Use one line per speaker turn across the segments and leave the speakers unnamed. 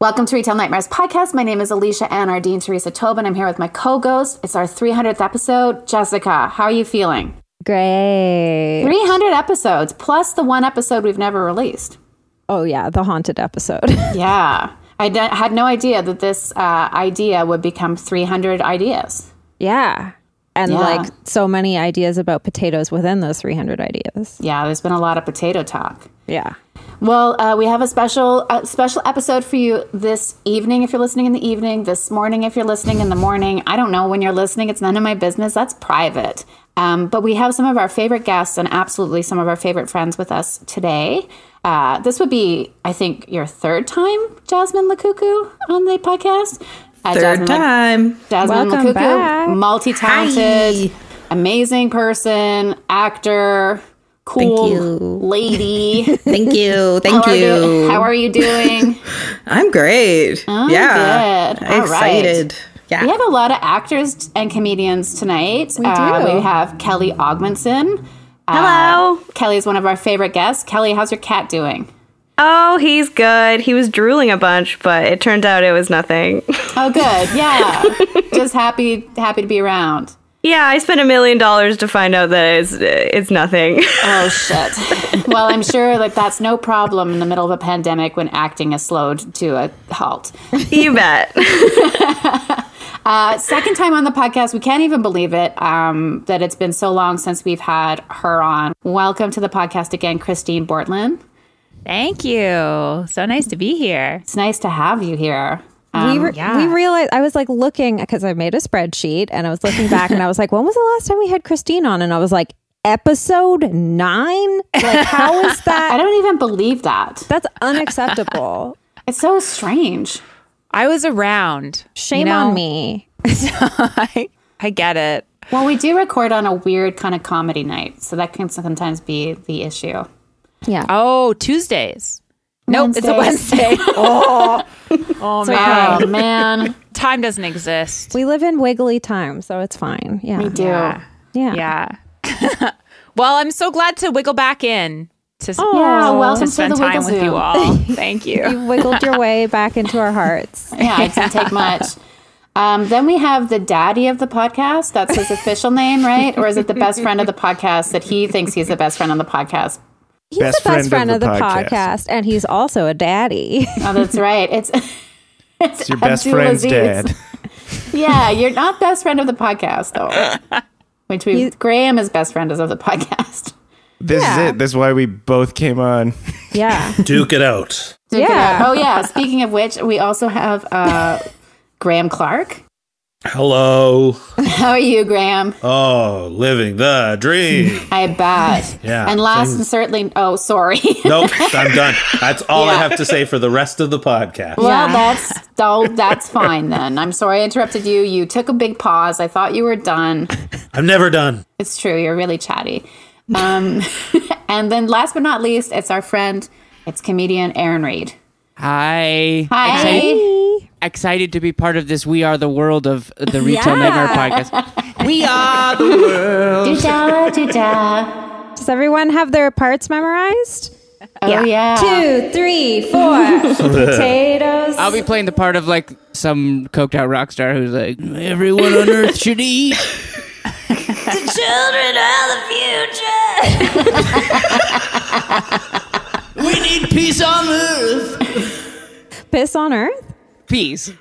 Welcome to Retail Nightmares Podcast. My name is Alicia Ann Ardine Teresa Tobin. I'm here with my co-ghost. It's our 300th episode. Jessica, how are you feeling?
Great.
300 episodes, plus the one episode we've never released.
Oh, yeah, the haunted episode.
Yeah. I d- had no idea that this uh, idea would become 300 ideas.
yeah. And
Yeah.
like so many ideas about potatoes within those 300 ideas.
Yeah, there's been a lot of potato talk.
Yeah.
Well, uh, we have a special uh, special episode for you this evening if you're listening in the evening, this morning if you're listening in the morning. I don't know when you're listening; it's none of my business. That's private. Um, but we have some of our favorite guests and absolutely some of our favorite friends with us today. Uh, this would be, I think, your third time, Jasmine Lakuku, on the podcast. Uh,
Third
Jasmine Lak-
time.
Jasmine
Welcome
Lakuku,
back.
multi talented,
Hi.
amazing person, actor, cool
you.
lady.
Thank you. Thank
How are
you.
How are you doing?
I'm great. yeah.
good.
I'm
All right.
excited. Yeah.
we have a lot of actors and comedians tonight. We
do.
we have Kelly Ogmanson. Uh,
Hello.
Kelly is one of our favorite guests. Kelly, how's your cat doing?
Oh, he's good. He was drooling a bunch, but it turned out it was nothing.
Oh, good. Yeah, just happy happy to be around.
yeah, I spent a million dollars to find out that it's, it's nothing.
Oh shit. well, I'm sure like that's no problem in the middle of a pandemic when acting is slowed to a halt.
you bet.
Uh, second time on the podcast. We can't even believe it um, that it's been so long since we've had her on. Welcome to the podcast again, Christine Bortland.
Thank you. So nice to be here.
It's nice to have you here. Um,
we, re- we realized I was like looking because I made a spreadsheet and I was looking back and I was like, when was the last time we had Christine on? And I was like, episode nine? Like, how is
I
that?
don't even believe that.
That's unacceptable.
It's so strange.
I was around. you
Shame
know?
on me.
I, I get it.
Well, we do record on a weird kind of comedy night, so that can sometimes be the issue.
Yeah.
Oh, Tuesdays. Nope, it's a
Wednesdays.
Wednesday. oh, oh man.
Oh man,
Time doesn't exist.
We live in wiggly time, so it's fine. Yeah.
we do.
Yeah.
Yeah. well, I'm so glad to wiggle back in to, s-
Yeah,
to
welcome to,
spend
the
time
Wiggle
with
Zoom.
you all. Thank you.
You wiggled your way back into our hearts.
Yeah, it didn't take much. Um, then we have the daddy of the podcast. That's his official name, right? Or is it the best friend of the podcast that he thinks he's the best friend on the podcast?
He's
Best
the best
friend
friend
of
of the,
the podcast.
podcast. and he's also a daddy.
Oh, that's right. It's it's,
It's your best friend's
Abdulaziz.
dad.
Yeah, you're not best friend of the podcast though. Which we Graham is best friend of the podcast.
This
Yeah.
is it. That's why we both came on.
yeah.
Duke it out.
Duke it
Yeah.
out. Oh yeah. Speaking of which, we also have uh, Graham Clark.
Hello.
How are you, Graham?
Oh, living the dream.
I bet.
Yeah,
And last
same.
and certainly, oh sorry.
nope, I'm done. That's all I
Yeah.
have to say for the rest of the podcast.
Well, that's oh, that's fine then. I'm sorry I interrupted you. You took a big pause. I thought you were done.
I'm never done.
It's true. You're really chatty. Um, and then last but not least, it's our friend, it's comedian Aaron Reed.
Hi.
Hi.
Excited to be part of this We Are the World of the Retail Nightmare podcast. We are the
Do-da, do-da.
Does everyone have their parts memorized?
Oh yeah.
Two, three, four. Potatoes.
I'll be playing the part of like some coked out rock star who's like, everyone on earth should eat. the children are the future. we need peace on earth.
Piss on earth?
Peace.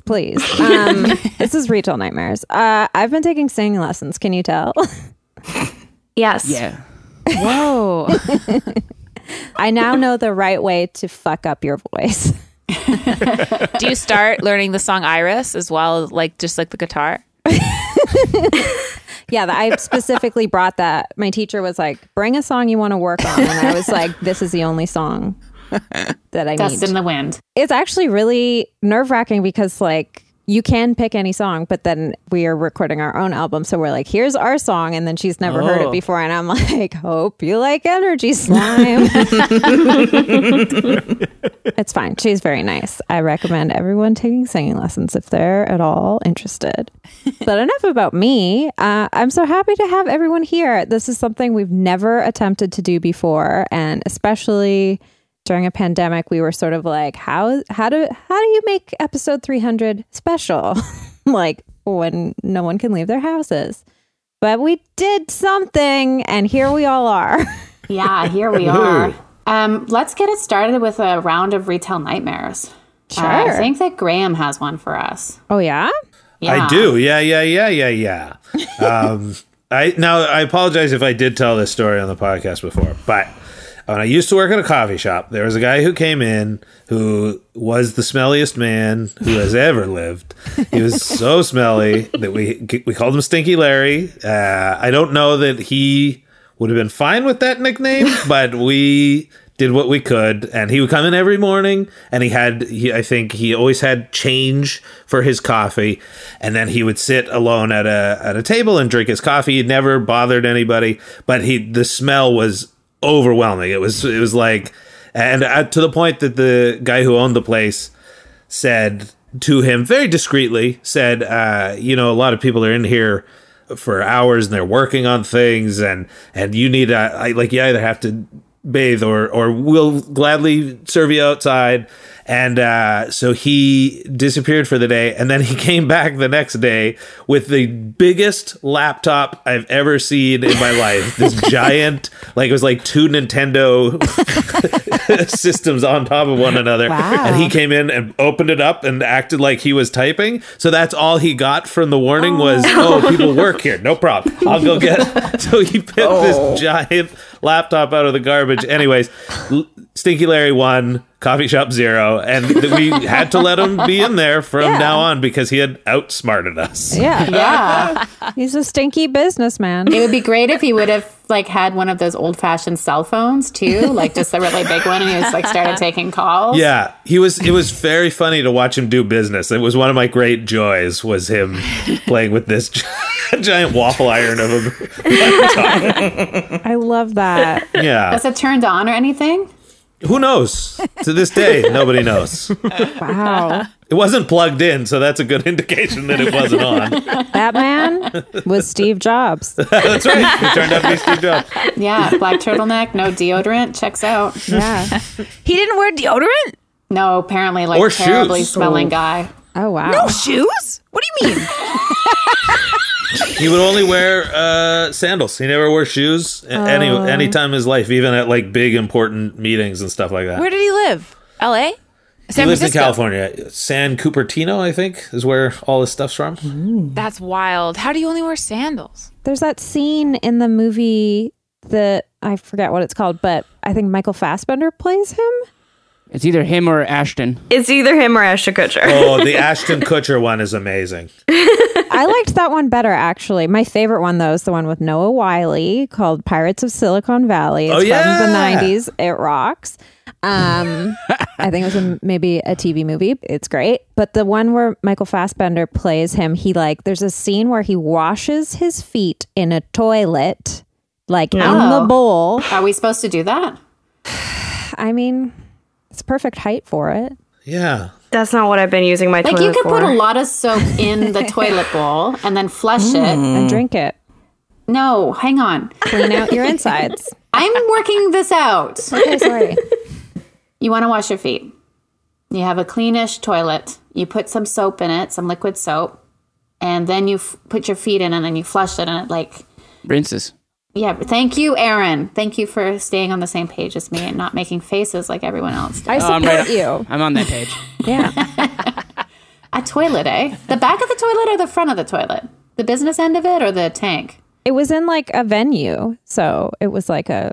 please. Um, this is retail nightmares. Uh, I've been taking singing lessons. Can you tell?
yes.
Yeah.
Whoa.
I now know the right way to fuck up your voice.
Do you start learning the song Iris as well, like just like the guitar?
Yeah, that- I specifically brought that. My teacher was like, "Bring a song you want to work on," and I was like, "This is the only song that I
Dust
need."
in the wind.
It's actually really nerve wracking because like you can pick any song, but then we are recording our own album, so we're like, "Here's our song," and then she's never heard it before, and I'm like, "Hope you like Energy Slime." it's fine. She's very nice. I recommend everyone taking singing lessons if they're at all interested. but enough about me. Uh, I'm so happy to have everyone here. This is something we've never attempted to do before, and especially during a pandemic, we were sort of like, how how do how do you make episode 300 special? like when no one can leave their houses. But we did something and here we all are.
Yeah, here we are. Um, let's get it started with a round of retail nightmares. Sure. I think that Graham has one for us.
oh yeah?
Yeah.
I do. Yeah, yeah, yeah, yeah, yeah. um, I now I apologize if I did tell this story on the podcast before, but when I used to work at a coffee shop, there was a guy who came in who was the smelliest man who has ever lived. He was so smelly that we we called him Stinky Larry. Uh, I don't know that he would have been fine with that nickname, but we did what we could and he would come in every morning and he had he, i think he always had change for his coffee and then he would sit alone at a at a table and drink his coffee he never bothered anybody but he the smell was overwhelming it was it was like and uh, to the point that the guy who owned the place said to him very discreetly said uh, you know a lot of people are in here for hours and they're working on things and and you need uh, I, like you either have to bathe or or we'll gladly serve you outside and uh, so he disappeared for the day and then he came back the next day with the biggest laptop i've ever seen in my life this giant like it was like two nintendo systems on top of one another. And he came in and opened it up and acted like he was typing. So that's all he got from the warning was, oh, people work here. No problem. I'll go get. So he picked this giant laptop out of the garbage. Anyways, L- Stinky Larry won. Coffee shop zero, and th- we had to let him be in there from now on because he had outsmarted us.
Yeah.
Yeah.
He's a stinky businessman.
it would be great if he would have like had one of those old fashioned cell phones too, like just a really big one and he was like started taking calls.
Yeah, he was. It was very funny to watch him do business. It was one of my great joys was him playing with this giant waffle iron of a.
I love that.
Yeah,
Was it turned on or anything?
who knows? To this day, nobody knows.
Wow.
It wasn't plugged in, so that's a good indication that it wasn't on.
That man was Steve Jobs.
that's right. It turned out to be Steve Jobs.
Yeah. Black turtleneck, no deodorant, checks out.
Yeah.
He didn't wear deodorant?
No, apparently like
Or
terribly
shoes.
smelling guy.
Oh wow.
Shoes? What do you mean?
He would only wear uh, sandals. He never wore shoes a- any
Oh.
any time in his life, even at like big important meetings and stuff like that.
Where did he live? LA?
he
San
lives in
Francisco.
California. San Cupertino, I think, is where all his stuff's from.
That's wild. How do you only wear sandals?
There's that scene in the movie that I forget what it's called, but I think Michael Fassbender plays him.
It's either him or Ashton.
It's either him or Ashton Kutcher.
Oh, the Ashton Kutcher one is amazing.
I liked that one better actually. My favorite one though is the one with Noah Wiley called Pirates of Silicon Valley. It's
Oh, yeah.
from the 90s. It rocks. Um, I think it was a, maybe a TV movie. It's great. But the one where Michael Fassbender plays him, he like there's a scene where he washes his feet in a toilet like in the
Oh.
bowl.
Are we supposed to do that?
I mean, it's perfect height for it.
Yeah.
That's not what I've been using my
Like
toilet
you could
for.
put a lot of soap in the toilet bowl and then flush it.
Mm. and drink it.
No, hang on.
Clean out your insides.
I'm working this out.
Okay, sorry.
You want to wash your feet. You have a cleanish toilet. You put some soap in it, some liquid soap, and then you f- put your feet in it and then you flush it and it like
Rinses.
yeah, but thank you, Aaron. Thank you for staying on the same page as me and not making faces like everyone else. did.
I support
Oh, I'm right up-
you.
I'm on that page.
Yeah.
A toilet, eh? The back of the toilet or the front of the toilet? The business end of it or the tank?
It was in like a venue, so it was like a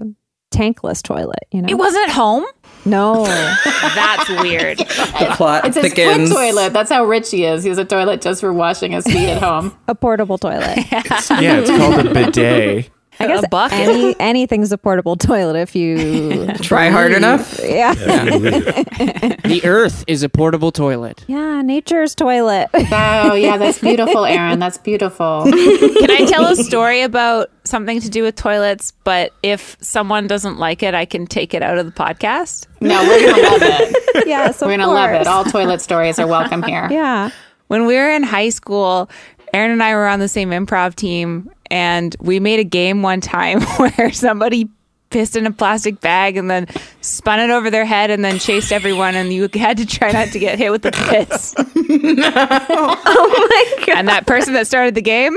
tankless toilet, you know.
It wasn't at home?
no.
That's weird.
The plot
It's his
thickens.
foot toilet. That's how rich he is. He has a toilet just for washing his feet at home.
a portable toilet.
Yeah, it's called a bidet.
I guess
A bucket.
any anything's a portable toilet if you
Try hard enough.
Yeah.
the Earth is a portable toilet.
Yeah, nature's toilet.
Oh yeah, that's beautiful, Aaron. That's beautiful.
Can I tell a story about something to do with toilets, but if someone doesn't like it, I can take it out of the podcast?
No, we're gonna love it.
yes, of
We're gonna
course.
love it. All toilet stories are welcome here.
yeah.
When we were in high school, Aaron and I were on the same improv team, and we made a game one time where somebody pissed in a plastic bag and then spun it over their head and then chased everyone and you had to try not to get hit with the piss.
Oh my god.
And that person that started the game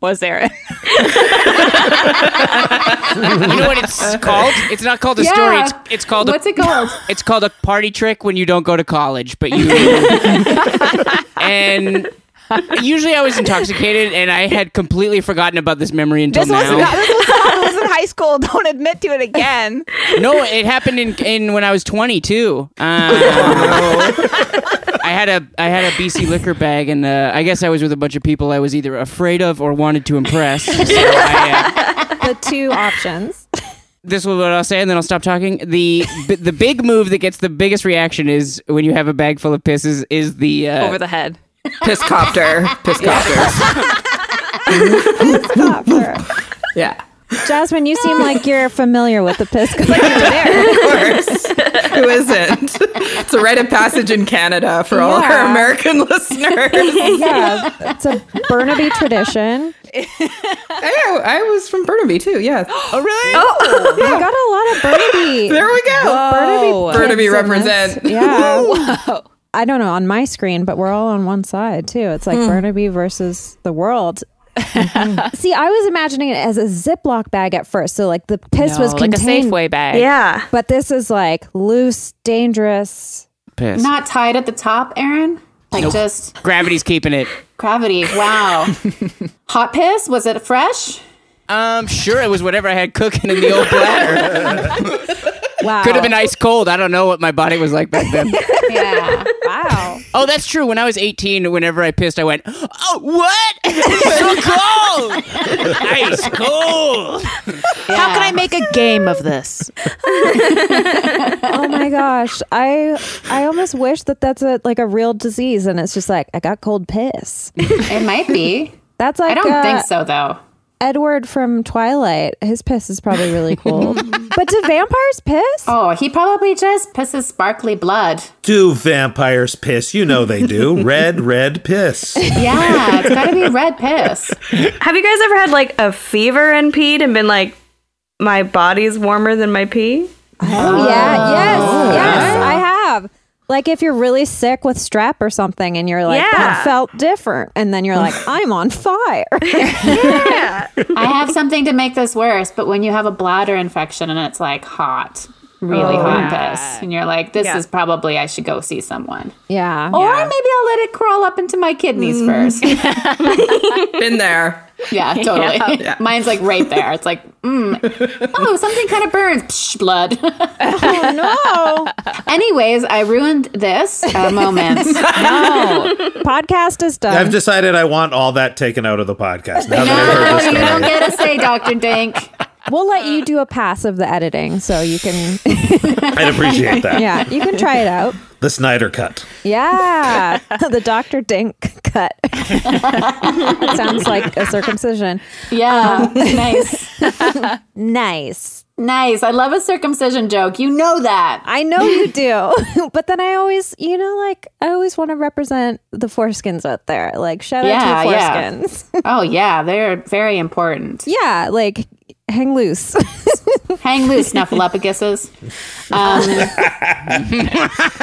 was Aaron.
You know what it's called? It's not called a
Yeah.
story. It's, it's called
What's
a,
it called?
It's called a party trick when you don't go to college, but you. and usually I was intoxicated, and I had completely forgotten about this memory until
This
now.
was not this was, this was in high school. Don't admit to it again.
no, it happened in, in when I was 22. Um,
Oh,
I had a I had a BC liquor bag, and uh, I guess I was with a bunch of people I was either afraid of or wanted to impress. So I, uh,
the two options.
this was what I'll say, and then I'll stop talking. The b- the big move that gets the biggest reaction is when you have a bag full of pisses is the uh,
Over the head.
Piss copter. Piss copter.
Stop her.
yeah.
Jasmine, you seem like you're familiar with the piss.
Of course. Who isn't? It's a rite of passage in Canada for all our
Yeah.
American listeners.
yeah, it's a Burnaby tradition.
I, I was from Burnaby too. Yeah. Oh, really?
We got a lot of Burnaby.
There we go.
Burnaby,
Burnaby
kids in this.
represent.
Yeah. I don't know on my screen, but we're all on one side too. It's
Hmm.
like Burnaby versus the world. See, I was imagining it as a Ziploc bag at first, so like the piss was
No, like a
contained,
Safeway bag.
Yeah.
but this is like loose, dangerous.
piss.
Not tied at the top, Aaron? Like just
Gravity's keeping it.
gravity. Wow. Hot piss? Was it fresh?
Um, sure, it was whatever I had cooking in the old bladder.
Wow,
Could have been ice cold. I don't know what my body was like back then.
Yeah.
wow.
Oh, that's true. When I was 18, whenever I pissed, I went, "Oh, what? It's so cold, ice cold."
How can I make a game of this?
Oh my gosh, I I almost wish that that's a like a real disease, and it's just like I got cold piss.
It might be.
That's like
I don't
uh,
think so though.
Edward from Twilight. His piss is probably really cool. but do vampires piss?
Oh, he probably just pisses sparkly blood.
Do vampires piss? You know they do. Red, red piss.
Yeah, it's gotta be red piss.
Have you guys ever had like a fever and peed and been like, my body's warmer than my pee?
Oh, yeah, yes, yes, I have. Like if you're really sick with strep or something, and you're like, that
Yeah.
felt different, and then you're like, I'm on fire.
Yeah.
I have something to make this worse, but when you have a bladder infection and it's like hot,
Oh,
really hot piss, and you're like, this
Yeah.
is probably, I should go see someone.
yeah, Mm.
Or maybe I'll let it crawl up into my kidneys first.
Been there.
Yeah, totally. Mine's like right there. It's like, mm. oh, something kind of burns. Psh, blood.
oh
Anyways, I ruined this uh, moment.
no, podcast is done.
I've decided I want all that taken out of the podcast. Now that I've heard
no,
this
you
story.
don't get to say Dr. Dink.
we'll let you do a pass of the editing, so you can,
I'd appreciate that.
yeah, you can try it out.
The Snyder cut.
Yeah, the Doctor Dink cut sounds like a circumcision.
Yeah,
Uh,
nice.
Nice.
Nice. I love a circumcision joke. You know that.
I know you do, but then I always, you know, like I always want to represent the foreskins out there. Like shout
Yeah,
out to
yeah.
the foreskins.
Oh, yeah, they're very important.
Yeah, like hang loose.
Hang loose, snuffleupaguses. Um,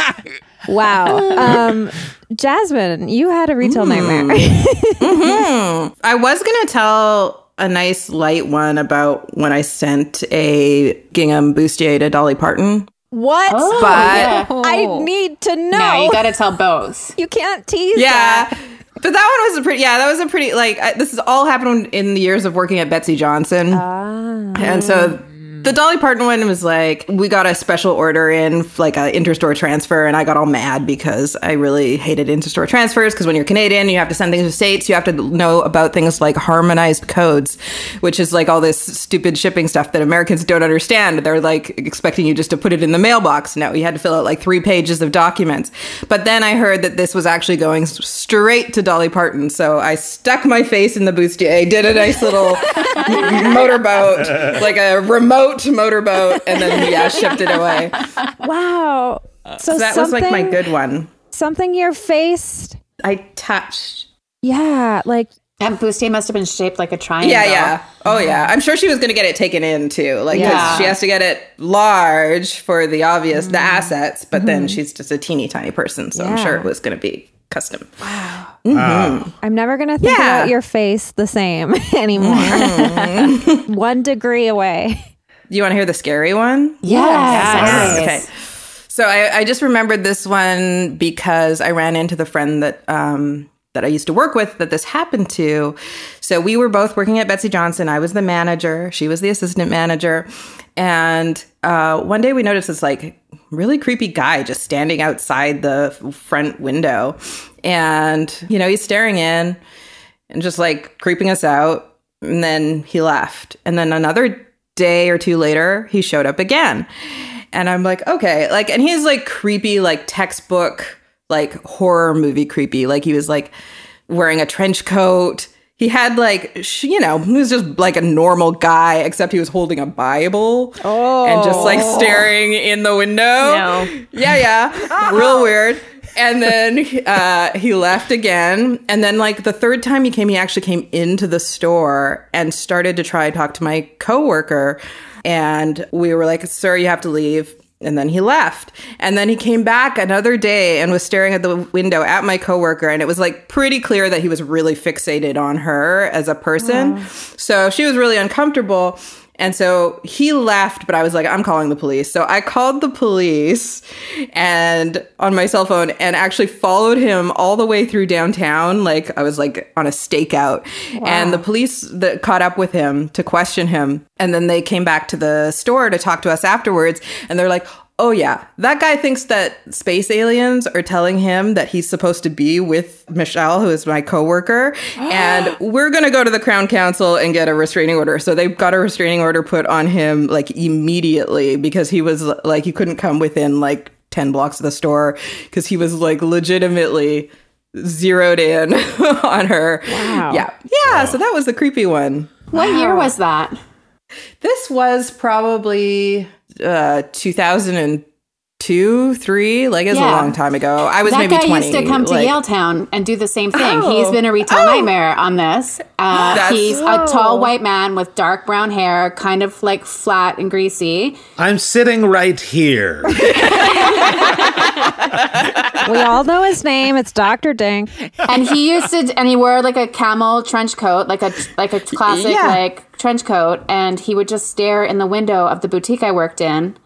wow. Um, Jasmine, you had a
Hmm.
retail nightmare.
Mm-hmm. I was going to tell a nice light one about when I sent a gingham bustier to Dolly Parton.
what?
Oh,
But-
yeah.
I need to know.
No, you
you,
got to tell both.
can't tease.
Yeah.
that.
But that one was a pretty, yeah, that was a pretty, like, I, this has all happened in the years of working at Betsy Johnson. And so the Dolly Parton one was like, we got a special order in, like a interstore transfer, and I got all mad because I really hated interstore transfers because when you're Canadian, you have to send things to states, you have to know about things like harmonized codes, which is like all this stupid shipping stuff that Americans don't understand. They're like expecting you just to put it in the mailbox. No, you had to fill out like three pages of documents. But then I heard that this was actually going s- straight to Dolly Parton, so I stuck my face in the bustier, did a nice little motorboat, like a remote motorboat, and then yeah, shipped it away.
Wow.
Uh,
So,
That was
something,
like my good one.
something your face.
I touched.
Yeah, like
That bustier must have been shaped like a triangle.
Yeah, yeah. Oh, yeah. I'm sure she was going to get it taken in too. Like, 'cause
Yeah.
she has to get it large for the obvious, the assets, but then she's just a teeny tiny person. So I'm
Mm-hmm. Yeah.
sure it was going to be custom. Mm-hmm.
I'm never gonna think
Yeah.
about your face the same anymore. One degree away.
You want to hear the scary one?
Yes.
Okay. So I, I just remembered this one because I ran into the friend that um, that I used to work with that this happened to. So we were both working at Betsy Johnson. I was the manager. She was the assistant manager. And uh, one day we noticed this like really creepy guy just standing outside the f- front window, and you know he's staring in and just like creeping us out. And then he left. And then another day or two later, he showed up again. And I'm like, okay. Like, and he's like creepy, like textbook, like horror movie creepy. Like, he was like wearing a trench coat. He had like, sh- you know, he was just like a normal guy, except he was holding a Bible
Oh,
and just like staring in the window.
No.
Yeah, yeah. Real weird. And then uh, he left again. And then, like, the third time he came, he actually came into the store and started to try to talk to my coworker. And we were like, Sir, you have to leave. And then he left. And then he came back another day and was staring at the window at my coworker. And it was like pretty clear that he was really fixated on her as a person. So she was really uncomfortable. And so he left, but I was like, I'm calling the police. So I called the police and on my cell phone and actually followed him all the way through downtown. Like I was like on a stakeout. And the police that caught up with him to question him. And then they came back to the store to talk to us afterwards. And they're like, Oh yeah, that guy thinks that space aliens are telling him that he's supposed to be with Michelle, who is my coworker, and we're gonna go to the Crown Council and get a restraining order. So they got a restraining order put on him like immediately because he was like he couldn't come within like ten blocks of the store because he was like legitimately zeroed in on her. Wow. Yeah, yeah. So that was the creepy one.
What year was that?
This was probably uh, 2002, three. Like it was
Yeah.
a long time ago. I was
That
maybe
guy
20.
used to come to
like-
Yale Town and do the same thing.
Oh.
He's been a retail
Oh.
nightmare on this. Uh,
That's-
he's a tall white man with dark brown hair, kind of like flat and greasy.
I'm sitting right here.
Oh, We all know his name. It's Doctor Ding.
and he used to and he wore like a camel trench coat like a like a classic
Yeah.
like trench coat and he would just stare in the window of the boutique i worked in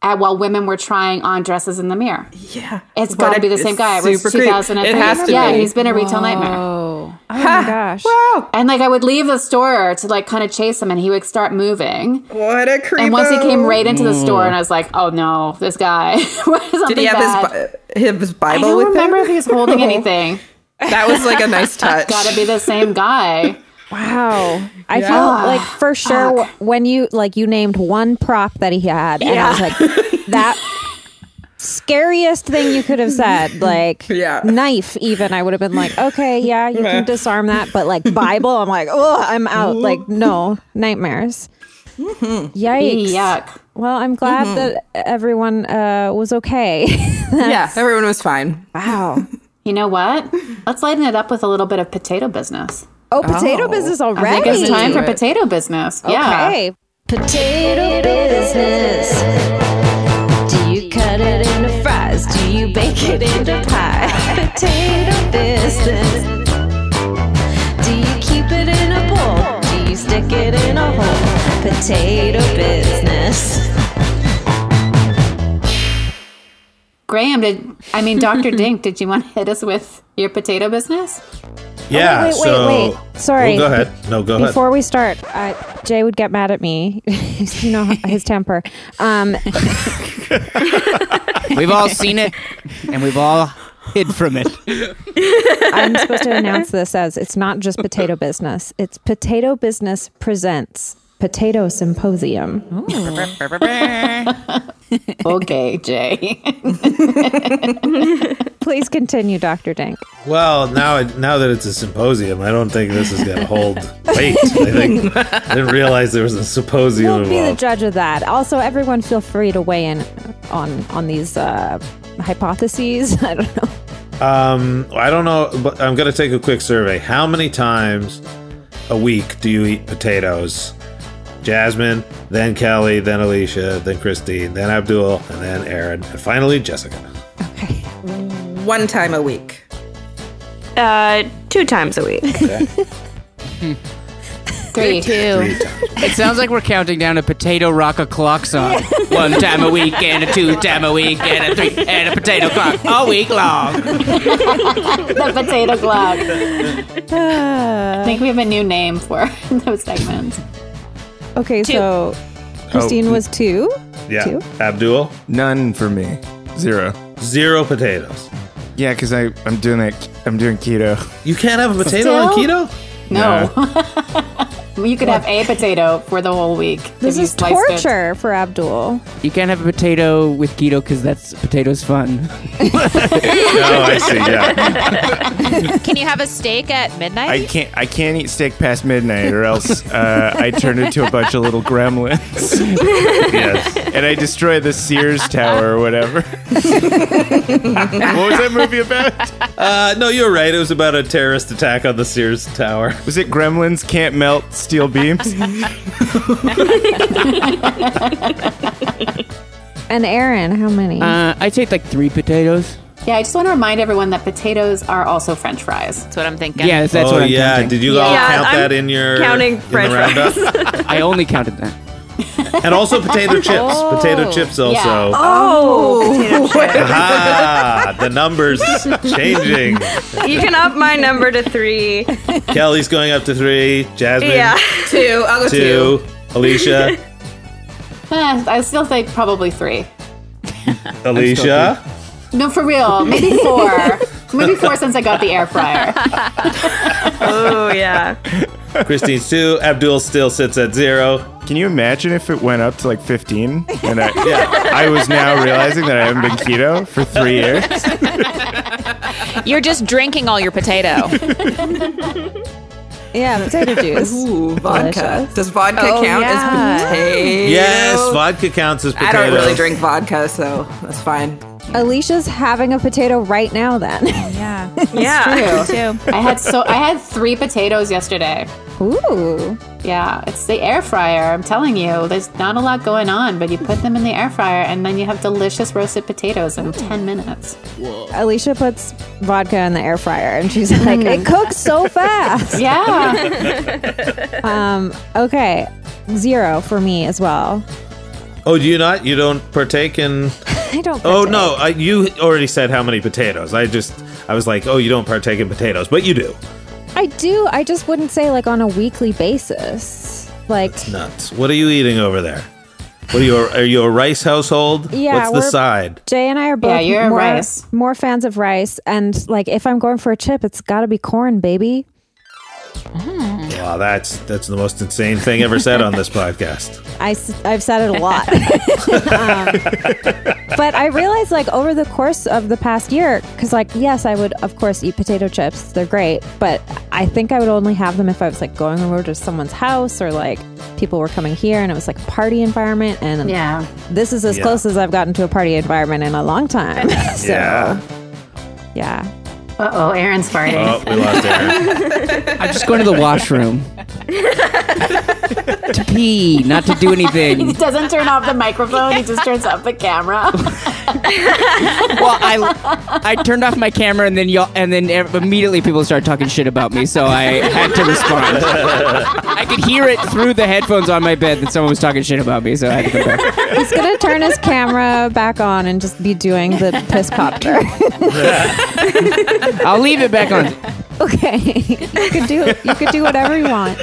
at, while women were trying on dresses in the mirror
Yeah.
it's
But
got to be the
it's
same guy it was
super creepy.
2003
It has to
yeah
be.
he's been a retail nightmare
Oh, oh my gosh.
Wow.
and like i would leave the store to like kind of chase him and he would start moving
What a creep.
and once he came right into the store and i was like oh no this guy
Did he have his, Bi- his
i
Bible
don't
with
remember if
him?
he was holding anything
That was like a nice touch.
gotta be the same guy
Wow. I feel
Ah,
like for sure w- when you like you named one prop that he had and I was like that scariest thing you could have said like
Yeah.
knife even I would have been like okay yeah you can disarm that but like bible I'm like oh I'm out like no nightmares.
Mm-hmm.
Yikes.
yuck
Well, I'm glad that everyone uh, was okay.
yeah. Everyone was fine.
wow.
You know what? Let's lighten it up with a little bit of potato business.
Oh, potato business already.
I think it's time for potato business. Yeah.
Okay. Potato business. Do you cut it into fries? Do you bake it into pie? Potato business. Do you keep it in a bowl? Do you stick it in a hole? Potato business.
Graham, did I mean Dr. Dink, did you want to hit us with your potato business?
Yeah.
wait, wait,
so
wait. Sorry.
Well, go ahead. No, go
Before we start, uh, Jay would get mad at me. you know his temper. Um,
We've all seen it, and we've all hid from it.
I'm supposed to announce this as it's not just potato business. It's potato business presents potato symposium.
Okay, Jay.
Please continue, Dr. Dank.
ahead. Well, now it- now that it's a symposium, I don't think this is going to hold weight. I think I didn't realize there was a symposium
We'll be the
involved.
judge of that. Also, everyone feel free to weigh in on on these uh, hypotheses. I don't know.
Um, I don't know, but I'm going to take a quick survey. How many times a week do you eat potatoes? Jasmine, then Kelly, then Alicia, then Christine, then Abdul, and then Aaron, and finally Jessica.
One time a week.
Uh, two times a week.
Three.
Two.
It sounds like we're counting down a potato rock a clock song. One time a week and a two time a week and a three and a potato clock all week long.
the potato clock. I
Uh,
think we have a new name for those segments.
Okay, so Christine
Oh,
was two.
Yeah.
Two?
Abdul,
None for me. Zero.
zero potatoes.
Yeah, because I I'm doing that. I'm doing keto.
You can't have a potato on keto?
No. you could have a potato for the whole week.
This
if you
is
sliced it.
torture for Abdul.
You can't have a potato with keto because that's potato's fun.
Oh, I see. Yeah.
Can you have a steak at
I
midnight?
can't I can't eat steak past midnight, or else uh, I turn into a bunch of little gremlins
yes.
and I destroy the Sears Tower or whatever. what was that movie about?
Uh, no, you're right. It was about a terrorist attack on the Sears Tower.
Was it Gremlins Can't Melt Steel Beams?
And Aaron, how many?
Uh, I take like three potatoes.
Yeah, I just want to remind everyone that potatoes are also French fries.
That's what I'm thinking.
Yeah, that's, that's
oh
what I'm
yeah,
counting.
did you all
Yeah,
count
I'm
that in your
counting
in the
french
roundup?
I only counted that.
and also potato chips.
Oh,
Potato chips also.
Yeah.
Oh.
Ah, the numbers changing.
You can up my number to three.
Kelly's going up to three. Jasmine
Yeah.
Two. I'll go two.
two. Alicia,
Eh, I still think probably three.
Alicia.
No, for real. Maybe four. Maybe four since I got the air fryer.
Oh yeah.
Christine's two. Abdul still sits at zero.
Can you imagine if it went up to like 15 and I,
Yeah.
I was now realizing that I haven't been keto for three years?
You're just drinking all your potato.
yeah, potato juice.
Ooh, vodka. Does vodka
Oh,
count
yeah.
as potato?
Yes, vodka counts as
I
potatoes.
don't really drink vodka, so that's fine.
Alicia's having a potato right now. Then,
yeah.
Yeah.
Two.
I had so I had three potatoes yesterday.
ooh,
Yeah, it's the air fryer. I'm telling you, there's not a lot going on, but you put them in the air fryer and then you have delicious roasted potatoes in 10 minutes.
Alicia puts vodka in the air fryer, and she's like, "It cooks so fast."
Mm-hmm.
Um,
Yeah.
Okay, zero for me as well.
Oh, do you not? You don't partake in?
I don't.
Oh
partake.
no, I, you already said how many potatoes. I just, I was like, oh, you don't partake in potatoes, but you do.
I do. I just wouldn't say like on a weekly basis. Like,
Nuts. What are you eating over there? What are you? Are you a rice household?
Yeah,
What's the
we're-
side?
Jay and I are both
Yeah, you're a
more,
rice.
more fans of rice. And like, if I'm going for a chip, it's got to be corn, baby.
Mm.
Wow, that's that's the most insane thing ever said on this podcast.
I, have said it a lot. Um, but I realized like over the course of the past year, because like, yes, I would, of course, eat potato chips. They're great. But I think I would only have them if I was like going over to someone's house or like people were coming here and it was like a party environment. And
Yeah.
this is as
Yeah.
close as I've gotten to a party environment in a long time. so,
Yeah.
yeah.
Uh oh, Aaron's farting.
Oh, we lost Aaron.
I'm just going to the washroom to pee, not to do anything.
He doesn't turn off the microphone, he just turns off the camera.
Well, I I turned off my camera and then y'all and then ev- immediately people started talking shit about me, so I had to respond. I could hear it through the headphones on my bed that someone was talking shit about me, so I had to come back.
He's gonna turn his camera back on and just be doing the piss popper.
I'll leave it back on.
okay, you could do you could do whatever you want.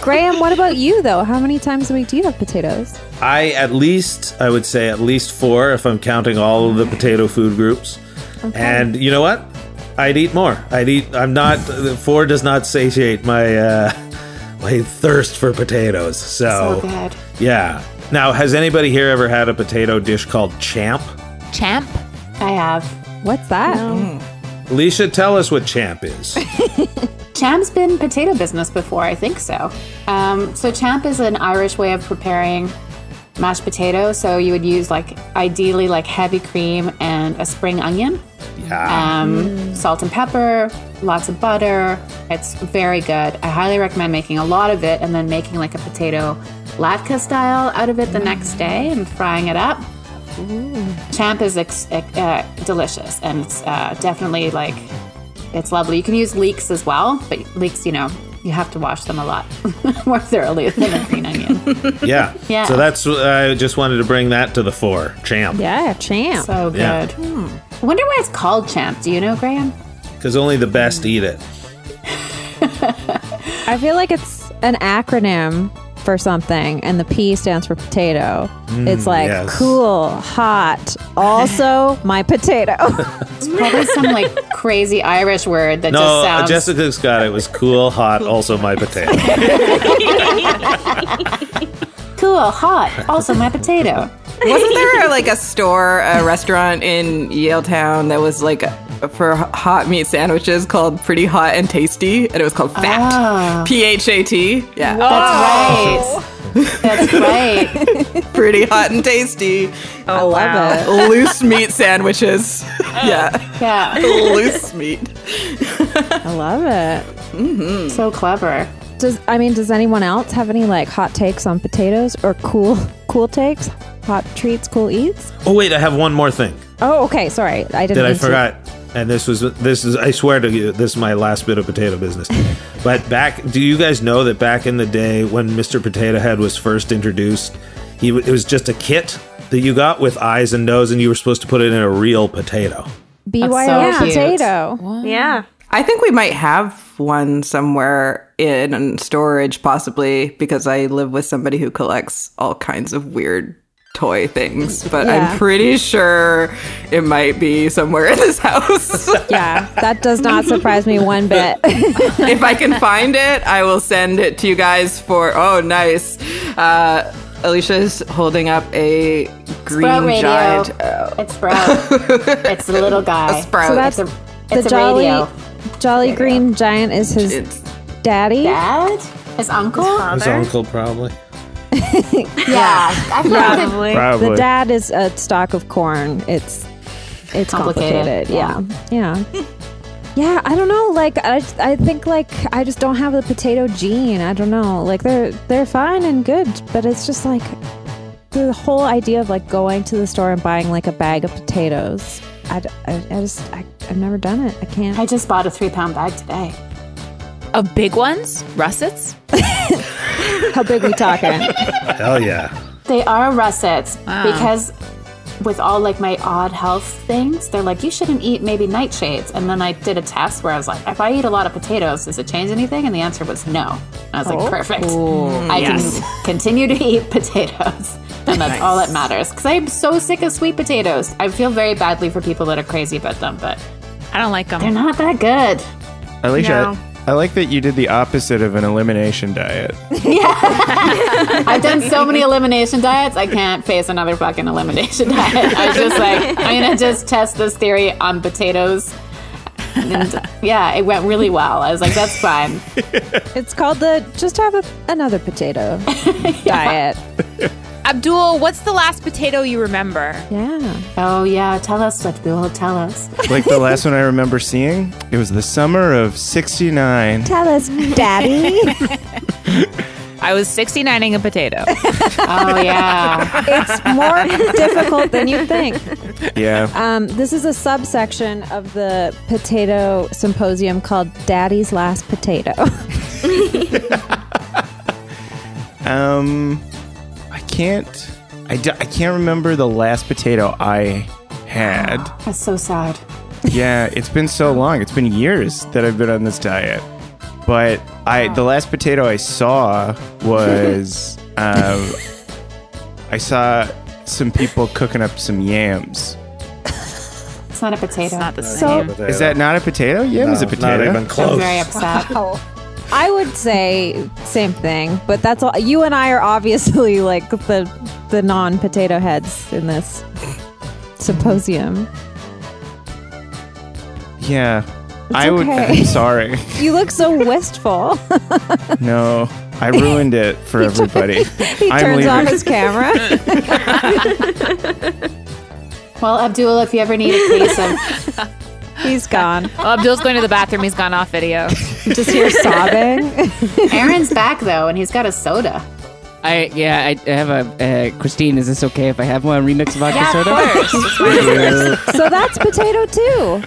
Graham, what about you though? How many times a week do you have potatoes?
I at least, I would say at least four if I'm counting all of the potato food groups. And you know what? I'd eat more. I'd eat. I'm not. Four does not satiate my uh, my thirst for potatoes. So,
So good.
yeah. Now, has anybody here ever had a potato dish called champ?
Champ.
I have.
What's that?
Alicia, tell us what champ is.
Champ's been potato business before, I think so. Um, so, champ is an Irish way of preparing mashed potatoes. So, you would use like ideally like heavy cream and a spring onion. um, salt and pepper, lots of butter. It's very good. I highly recommend making a lot of it and then making like a potato latke style out of it the next day and frying it up. Champ is ex- ex- uh, delicious and it's uh, definitely like it's lovely. You can use leeks as well, but leeks, you know, you have to wash them a lot more thoroughly than a green onion.
Yeah.
Yeah.
So that's I just wanted to bring that to the fore, champ.
Yeah, champ. Hmm.
So good.
Yeah.
I wonder why it's called champ. Do you know, Graham?
Because only the best eat it.
I feel like it's an acronym for something, and the P stands for potato. it's like
yes.
cool, hot, also my potato.
Probably some like crazy Irish word that
No,
just sounds.
Jessica Scott. It was cool, hot, also my potato.
cool, hot, also my potato.
Wasn't there uh, like a store, a restaurant in Yale Town that was like a, for hot meat sandwiches called Pretty Hot and Tasty, and it was called
Oh.
Ah.
Fat, P H A T. Yeah,
Oh.
That's right. That's right.
Pretty Hot and Tasty.
Oh,
I love it.
Loose meat sandwiches. yeah,
Yeah.
loose meat.
I love it.
So clever.
Does I mean, does anyone else have any like hot takes on potatoes or cool cool takes, hot treats, cool eats?
oh wait, I have one more thing
Oh, okay. Sorry, I didn't.
that I
mean to-
forgot. And this was this is I swear to you, this is my last bit of potato business. But back, do you guys know that back in the day when Mr. Potato Head was first introduced, he w- it was just a kit that you got with eyes and nose, and you were supposed to put it in a real potato.
BYO
so cute.
potato.
Yeah.
I think we might have one somewhere in storage, possibly because I live with somebody who collects all kinds of weird toy things. But
Yeah.
I'm pretty sure it might be somewhere in this house.
Yeah, that does not surprise me one bit.
if I can find it, I will send it to you guys for. Oh, nice. Uh, Alicia's holding up a green
Sprout radio.
giant.
It's Sprout. it's the little guy.
A sprout.
So
that's
that's a,
the
it's a
jolly
radio.
jolly green giant is his
It's-
daddy.
Dad? His uncle?
His uncle probably.
yeah. I feel like the-
Probably.
Probably.
The dad is a stalk of corn. It's it's
Complicated,
complicated. Yeah. Yeah. Yeah, I don't know. Like, I, I think like I just don't have the potato gene. I don't know. Like they're they're fine and good, but it's just like the whole idea of like going to the store and buying like a bag of potatoes. I, d- I, I just I, I've never done it. I can't.
I just bought a three pound bag today.
Of big ones, russets.
How big we talking?
Hell yeah.
They are russets because with all like my odd health things, they're like you shouldn't eat maybe nightshades. And then I did a test where I was like, if I eat a lot of potatoes, does it change anything? And the answer was no. And I was like, perfect. I can continue to eat potatoes, and that's all that matters. Because I'm so sick of sweet potatoes. I feel very badly for people that are crazy about them, but
I don't like
they're
them.
not that good.
Alicia,
No.
I like that you did the opposite of an elimination diet.
I've done so many elimination diets, I can't face another fucking elimination diet. I was just like, I'm gonna just test this theory on potatoes. And yeah, it went really well. I was like, that's fine.
It's called the just have a, another potato diet.
Abdul, what's the last potato you remember?
Yeah.
Oh yeah, tell us, Abdul, tell us.
Like the last one I remember seeing, it was the summer of
Oh.
69.
Tell us, Daddy.
I was 69ing a potato.
Oh yeah.
it's more difficult than you think.
Yeah.
Um, this is a subsection of the potato symposium called Daddy's Last Potato.
Um, I can't, I, d- I can't remember the last potato I had.
That's so sad.
Yeah, it's been so long. It's been years that I've been on this diet. But I the last potato I saw was um, I saw some people cooking up some yams.
It's not a potato.
It's not the
So-
same.
Is that not a potato? Yam is a potato.
Not even
I'm
close.
very upset.
I would say same thing, but that's all. You and I are obviously like the the non potato heads in this symposium.
yeah. I would
okay.
I'm sorry.
You look so wistful.
No. I ruined it for everybody.
he
I'm
turns
leaving.
off his camera.
Well, Abdul, if you ever need a case of
He's gone.
Oh, Abdul's going to the bathroom. He's gone off video.
Just hear sobbing.
Aaron's back though, and he's got a soda.
I yeah, I, I have a uh, Christine. Is this okay if I have one remix vodka soda?
so that's potato two.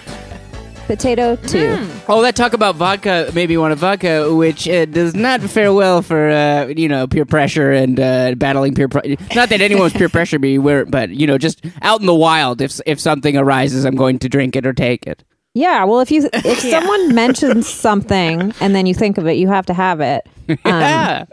Potato two.
Oh, that talk about vodka made me want a vodka, which uh, does not fare well for uh, you know peer pressure and uh, battling peer. Pre- not that anyone's peer pressure me, where, but you know, just out in the wild. If if something arises, I'm going to drink it or take it.
Yeah. Well, if you if someone mentions something and then you think of it, you have to have it. Um,
Yeah.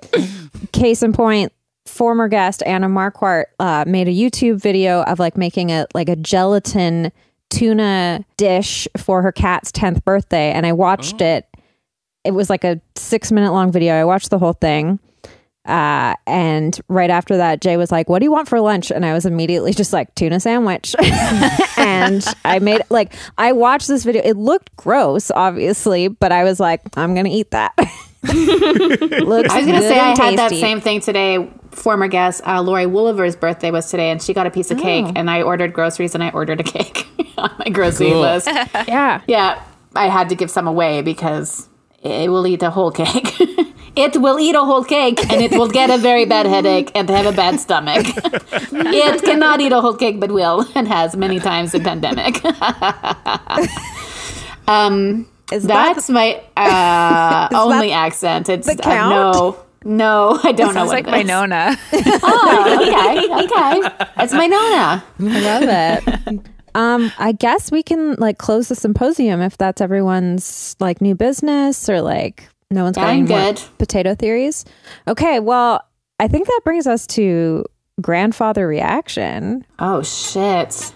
Case in point, former guest Anna Marquardt uh, made a YouTube video of like making a like a gelatin tuna dish for her cat's tenth birthday, and I watched it. It was like a six minute long video. I watched the whole thing. Uh, and right after that, Jay was like, "What do you want for lunch?" And I was immediately just like, "Tuna sandwich." and I made like I watched this video. It looked gross, obviously, but I was like, "I'm gonna eat that." Looks
I was gonna
good
say I
and
had that
tasty.
same thing today. Former guest uh, Lori Wooliver's birthday was today, and she got a piece
Oh.
of cake, and I ordered groceries, and I ordered a cake on my grocery list.
Yeah,
yeah, I had to give some away because it will eat a whole cake. it will eat a whole cake, and it will get a very bad headache and have a bad stomach. it cannot eat a whole cake, but will, and has many times in pandemic. um,
is that
that's my uh, only accent. It's uh,
count?
no, no, I don't know
Sounds
what
like
it
my
is.
Nona.
Oh, okay, okay, it's my Nona.
I love it. Um, I guess we can like close the symposium if that's everyone's like new business or like no one's got
I'm
any more
good.
potato theories. Okay, well, I think that brings us to grandfather reaction.
Oh shit.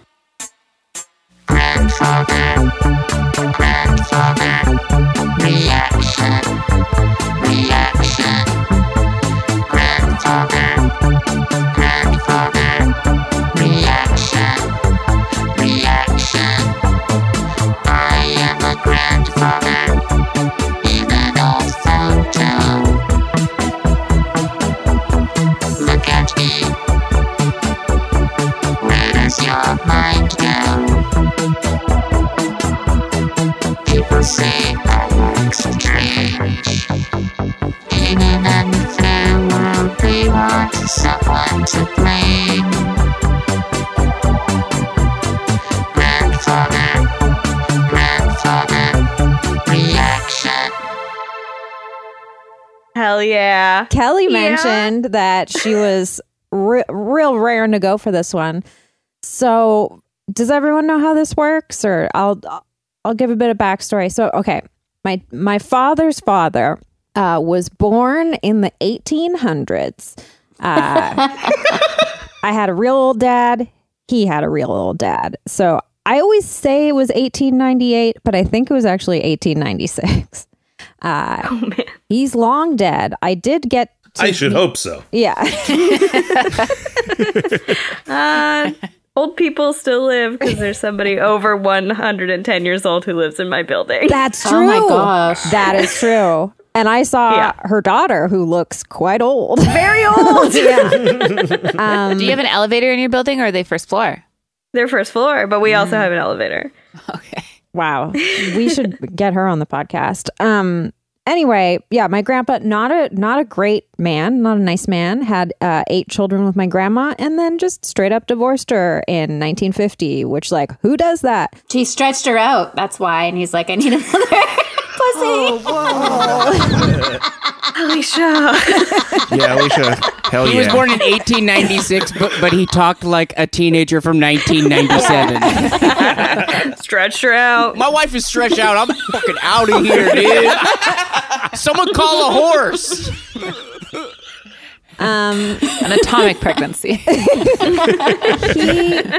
Hell yeah.
Kelly mentioned that she was re- real raring to go for this one. So, does everyone know how this works? Or I'll I'll give a bit of backstory. So, okay, my my father's father uh, was born in the 1800s. Uh, I had a real old dad. He had a real old dad. So I always say it was 1898, but I think it was actually 1896. Uh,
Oh,
He's long dead. I did get. To,
I should hope so.
yeah.
Uh, old people still live because there's somebody over 110 years old who lives in my building.
That's true.
Oh my gosh.
That is true. And I saw
Yeah.
her daughter, who looks quite old.
Very old.
Do you have an elevator in your building, or are they first floor?
Their first floor, but we
Mm.
also have an elevator.
Okay.
Wow. We should get her on the podcast. Um anyway, yeah, my grandpa not a not a great man, not a nice man, had uh, eight children with my grandma and then just straight up divorced her in 1950, which like who does that?
She stretched her out. That's why. And he's like, I need another pussy.
Alicia.
Yeah, Alicia. Hell
He
yeah.
was born in 1896, but, but he talked like a teenager from 1997.
Stretched her out.
My wife is stretched out. I'm fucking out of here, dude. Someone call a horse.
Um
An atomic pregnancy.
he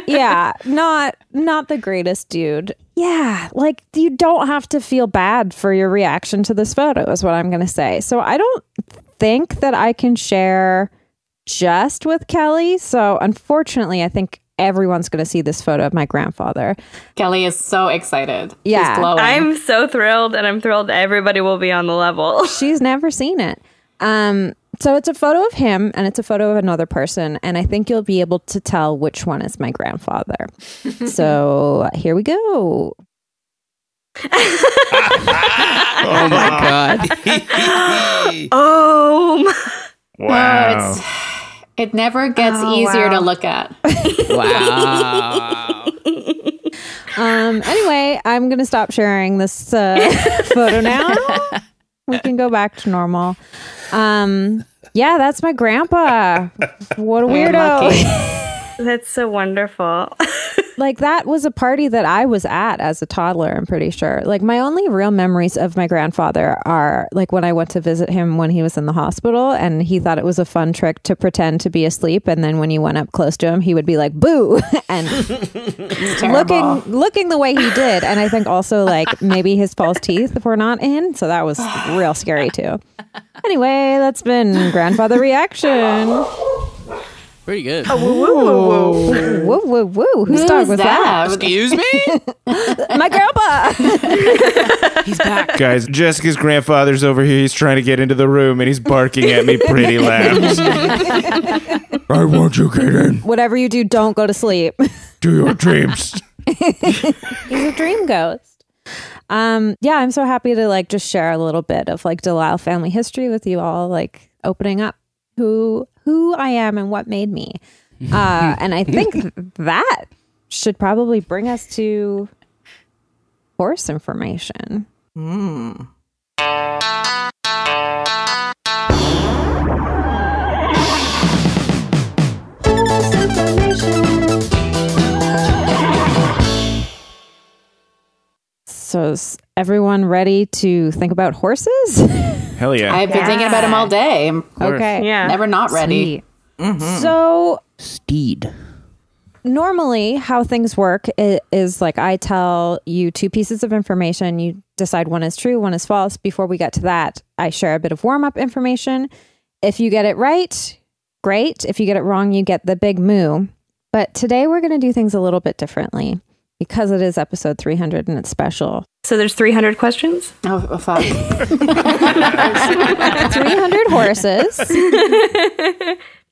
yeah not not the greatest dude yeah like you don't have to feel bad for your reaction to this photo is what i'm gonna say so i don't think that i can share just with kelly so unfortunately i think everyone's gonna see this photo of my grandfather
Kelly is so excited.
Yeah.
She's glowing.
I'm so thrilled, and I'm thrilled everybody will be on the level.
she's never seen it um So it's a photo of him and it's a photo of another person, and I think you'll be able to tell which one is my grandfather. so uh, here we go.
Oh my god.
Oh, my-
Wow.
It never gets easier to look at.
Wow.
Um, anyway, I'm going to stop sharing this uh, photo now. We can go back to normal. Um, yeah, that's my grandpa. What a weirdo.
that's so wonderful.
like, that was a party that I was at as a toddler, I'm pretty sure. Like, my only real memories of my grandfather are like when I went to visit him when he was in the hospital and he thought it was a fun trick to pretend to be asleep. And then when you went up close to him, he would be like, boo. and
Terrible.
looking looking the way he did and i think also like maybe his false teeth were not in so that was real scary too anyway that's been grandfather reaction whoa
Pretty good.
Oh,
whoa whoa whose
Who's
dog was that?
Excuse me?
my grandpa
Guys, Jessica's grandfather's over here. He's trying to get into the room and he's barking at me pretty loud. I want you, Kaden,
whatever you do don't go to sleep
to your dreams.
he's a dream ghost um yeah i'm so happy to like just share a little bit of like delisle family history with you all like opening up who who i am and what made me uh and i think th- that should probably bring us to horse information
Hmm.
so is everyone ready to think about horses
Hell yeah.
I've been thinking about him all day. I'm
okay
Yeah.
never not ready.
Sweet. so
Steed.
normally how things work i- is like I tell you two pieces of information. You decide one is true, one is false. Before we get to that, I share a bit of warm up information. If you get it right, great. If you get it wrong, you get the big moo. But today we're going to do things a little bit differently because it is episode 300 and it's special.
So there's 300 questions.
Oh, oh, fuck.
300 horses.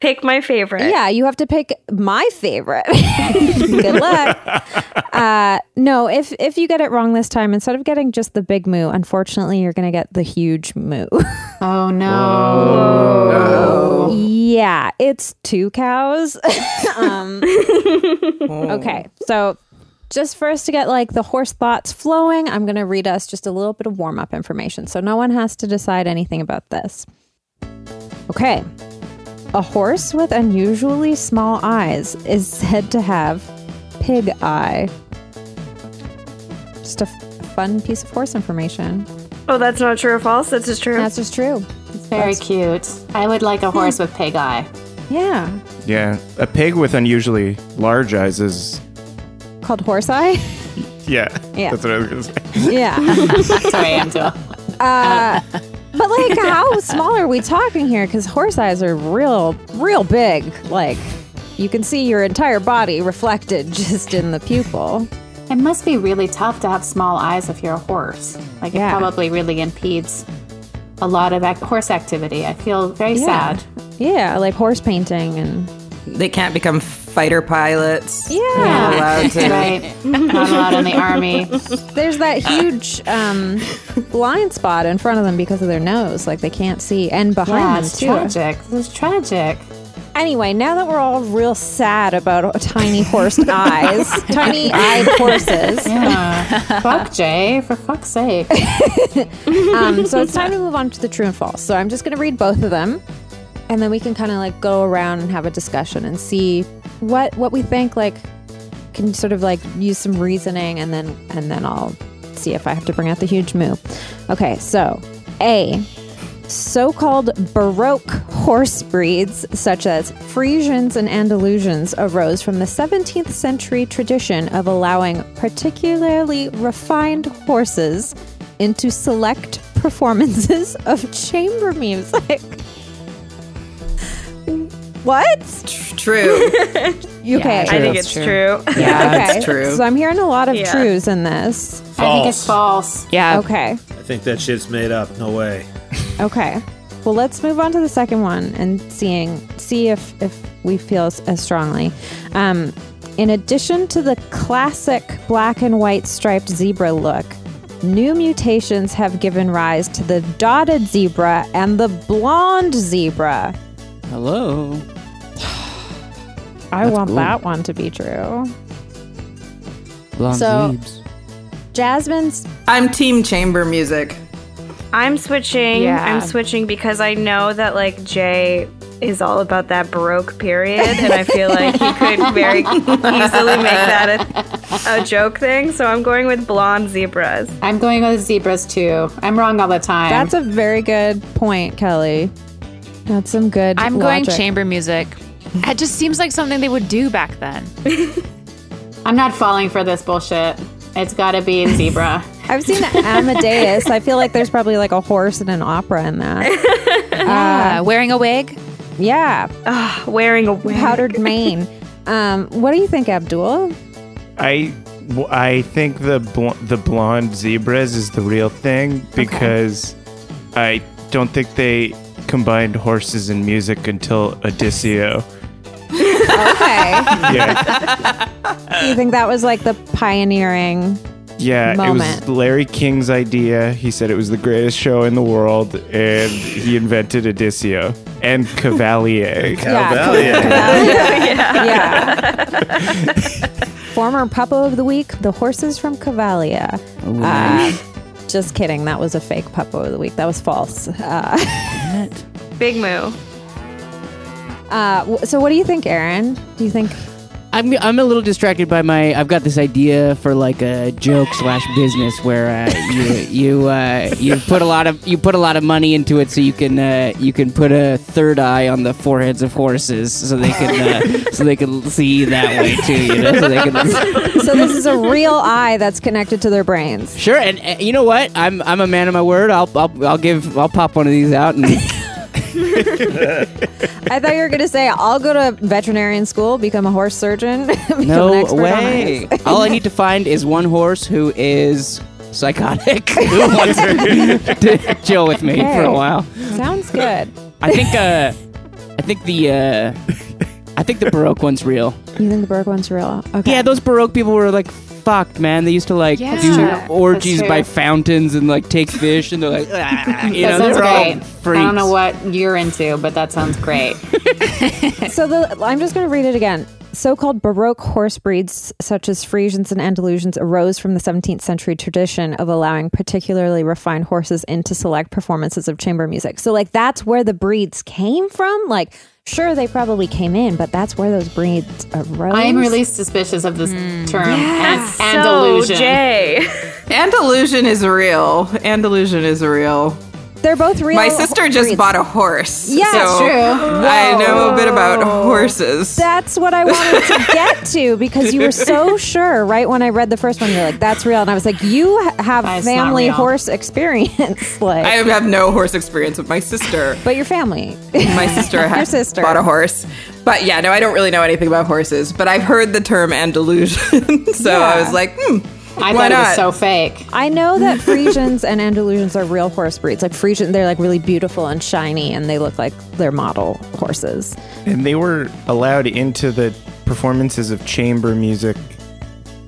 Pick my favorite.
Yeah, you have to pick my favorite. Good luck. Uh, no, if if you get it wrong this time, instead of getting just the big moo, unfortunately, you're gonna get the huge moo.
Oh no.
yeah, it's two cows. um, okay, so just first to get like the horse thoughts flowing, I'm gonna read us just a little bit of warm up information, so no one has to decide anything about this. Okay. A horse with unusually small eyes is said to have pig eye. Just a f- fun piece of horse information.
Oh, that's not true or false. That's just true.
That's just true.
Very cute. I would like a horse with pig eye.
Yeah.
Yeah. A pig with unusually large eyes is.
Called horse eye?
Yeah.
Yeah.
That's what I was going to say.
yeah. Uh,
Sorry, Angela.
But like how small are we talking here? Because horse eyes are real real big. Like you can see your entire body reflected just in the pupil.
It must be really tough to have small eyes if you're a horse. Like
Yeah.
it probably really impedes a lot of ac- horse activity. I feel very
Yeah.
sad.
Yeah, like horse painting and
They can't become fighter pilots.
Yeah.
They're not allowed to.
Right? Not allowed in the army.
There's that huge um, blind spot in front of them because of their nose. Like they can't see. And behind
Yeah,
them,
it's
too.
tragic. This is tragic.
Anyway, now that we're all real sad about tiny horse eyes, tiny eyed horses,
Yeah. Fuck Jay, for fuck's sake.
um, so it's time to move on to the true and false. So I'm just going to read both of them. And then we can kind of like go around and have a discussion and see what what we think like can sort of like use some reasoning and then and then I'll see if I have to bring out the huge moo. Okay, so A so-called baroque horse breeds such as Frisians and Andalusians arose from the 17th century tradition of allowing particularly refined horses into select performances of chamber music. What?
True.
You okay.
I think it's true.
Yeah, okay.
That's true.
So I'm hearing a lot of
Yeah.
trues in this.
I think it's false.
Yeah.
Okay.
I think that shit's made up. No way.
Okay. Well, let's move on to the second one and seeing see if if we feel as, as strongly. Um, in addition to the classic black and white striped zebra look, new mutations have given rise to the dotted zebra and the blonde zebra.
Hello.
I
That's
want
cool.
that one to be true.
Blonde
So-
leaves.
Jasmine's
I'm team chamber music.
I'm switching.
Yeah.
I'm switching because I know that like Jay is all about that baroque period, and I feel like he could very easily make that a, a joke thing. So I'm going with blonde zebras.
I'm going with zebras too. I'm wrong all the time.
that's a very good point, Kelly. That's some good.
I'm going
logic.
chamber music. It just seems like something they would do back then.
I'm not falling for this bullshit. It's got to be zebra.
I've seen Amadeus. I feel like there's probably like a horse and an opera in that.
Uh, wearing a wig.
Yeah,
Wearing a wig.
powdered mane. Um, what do you think, Abdul?
I w- I think the bl- the blonde zebras is the real thing because I don't think they combined horses and music until Odysseo.
Okay,
Yeah,
you think that was like the pioneering?
yeah. It
Moment.
was Larry King's idea. He said it was the greatest show in the world, and he invented Odysseo and Cavalier.
Cowbell, yeah.
yeah. yeah. Former Puppo of the Week, the horses from Cavalia. Uh, just kidding. That was a fake Puppo of the Week. That was false. Uh,
Big moo.
uh, w- so, what do you think, Aaron? Do you think
I'm, I'm a little distracted by my. I've got this idea for like a joke slash business where uh, you you uh, you put a lot of you put a lot of money into it so you can uh, you can put a third eye on the foreheads of horses so they can uh, so they can see that way too. You know, so they can.
so? This is a real eye that's connected to their brains.
Sure, and uh, you know what? I'm I'm a man of my word. I'll I'll, I'll give I'll pop one of these out and
I thought you were going to say, I'll go to veterinarian school, become a horse surgeon. become an
no
expert on
way.
eyes.
All I need to find is one horse who is psychotic who wants to chill with me for
Okay.
a while.
Sounds good.
I think uh, I think the uh, I think the baroque one's real.
You think the Berg one's real? Okay.
Yeah, those baroque people were like fucked, man. They used to like
Yeah.
do
That's
true.
orgies
That's true.
by fountains and like take fish and they're like, ah, you
that
know,
sounds
they're
great.
all freaks.
I don't know what you're into, but that sounds great.
So the, I'm just going to read it again. So-called Baroque horse breeds such as Frisians and Andalusians arose from the 17th century tradition of allowing particularly refined horses into select performances of chamber music. So like that's where the breeds came from. Like sure they probably came in, but that's where those breeds arose.
I'm really suspicious of this
Mm.
Mm.
term and, and
so
illusion.
Jay.
And illusion is real. And illusion is real.
They're both real.
My sister just
breeds.
bought a horse.
Yeah,
so
it's
true.
I know a bit about horses.
That's what I wanted to get to because you were so sure right when I read the first one. You're like, "That's real," and I was like, "You ha- have
That's not
family
real.
horse experience, like,
I have no horse experience with my sister.
but your family."
My sister
Your
had
sister.
bought a horse. But yeah, no, I don't really know anything about horses, but I've heard the term Andalusian. so I was like, hmm.
I
why
thought it
not?
was so fake.
I know that Frisians and Andalusians are real horse breeds. Like Frisian, they're like really beautiful and shiny, and they look like they're model horses.
And they were allowed into the performances of chamber music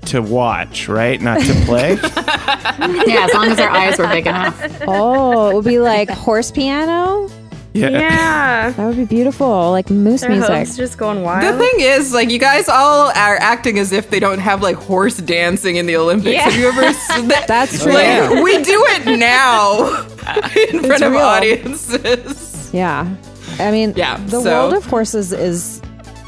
to watch, right? Not to play.
Yeah, as long as our eyes were big enough.
Oh, it would be like horse piano.
Yeah.
That would be beautiful, like moose
Their
music.
hosts just going wild.
The thing is, like, you guys all are acting as if they don't have like horse dancing in the Olympics. Have you ever? s- that-
That's true.
Like, we do it now in front of
real.
audiences.
Yeah. I mean,
Yeah,
the
so-
world of horses is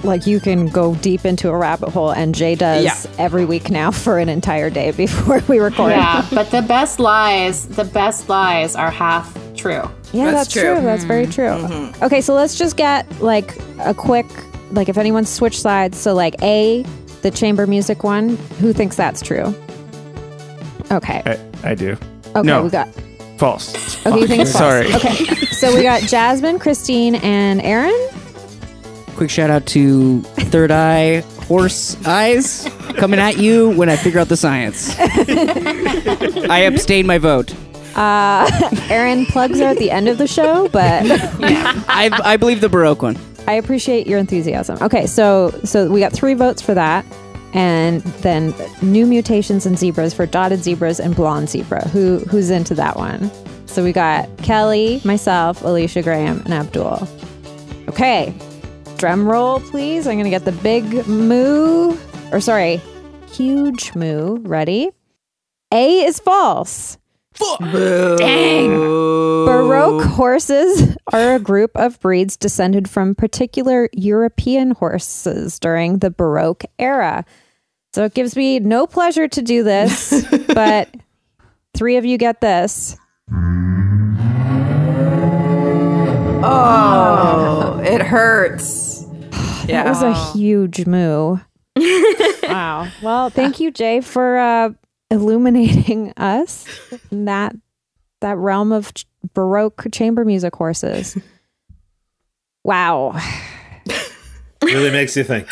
like you can go deep into a rabbit hole, and Jay does
Yeah.
every week now for an entire day before we record.
Yeah, but the best lies, the best lies are half true.
Yeah, that's,
That's
true.
true. Mm-hmm.
That's very true. Okay, so let's just get like a quick, like if anyone switch sides. So, like A, the chamber music one, who thinks that's true? Okay.
I, I do.
Okay,
no,
we got.
false.
Okay, you think it's false.
Sorry.
Okay, so we got Jasmine, Christine, and Aaron.
Quick shout out to Third Eye Horse Eyes coming at you when I figure out the science. I abstain my vote.
Uh, Aaron plugs are at the end of the show, but
I, I believe the Baroque one.
I appreciate your enthusiasm. Okay, so so we got three votes for that, and then new mutations in zebras for dotted zebras and blonde zebra. Who who's into that one? So we got Kelly, myself, Alicia Graham, and Abdul. Okay, drum roll, please. I'm gonna get the big moo, or sorry, huge moo. Ready? A is false. Baroque horses are a group of breeds descended from particular European horses during the Baroque era. So it gives me no pleasure to do this, but three of you get this.
Oh, it hurts.
That was a huge moo. wow. Well, thank you, Jay, for uh, illuminating us in that that realm of ch- Baroque chamber music horses. Wow.
Really makes you think.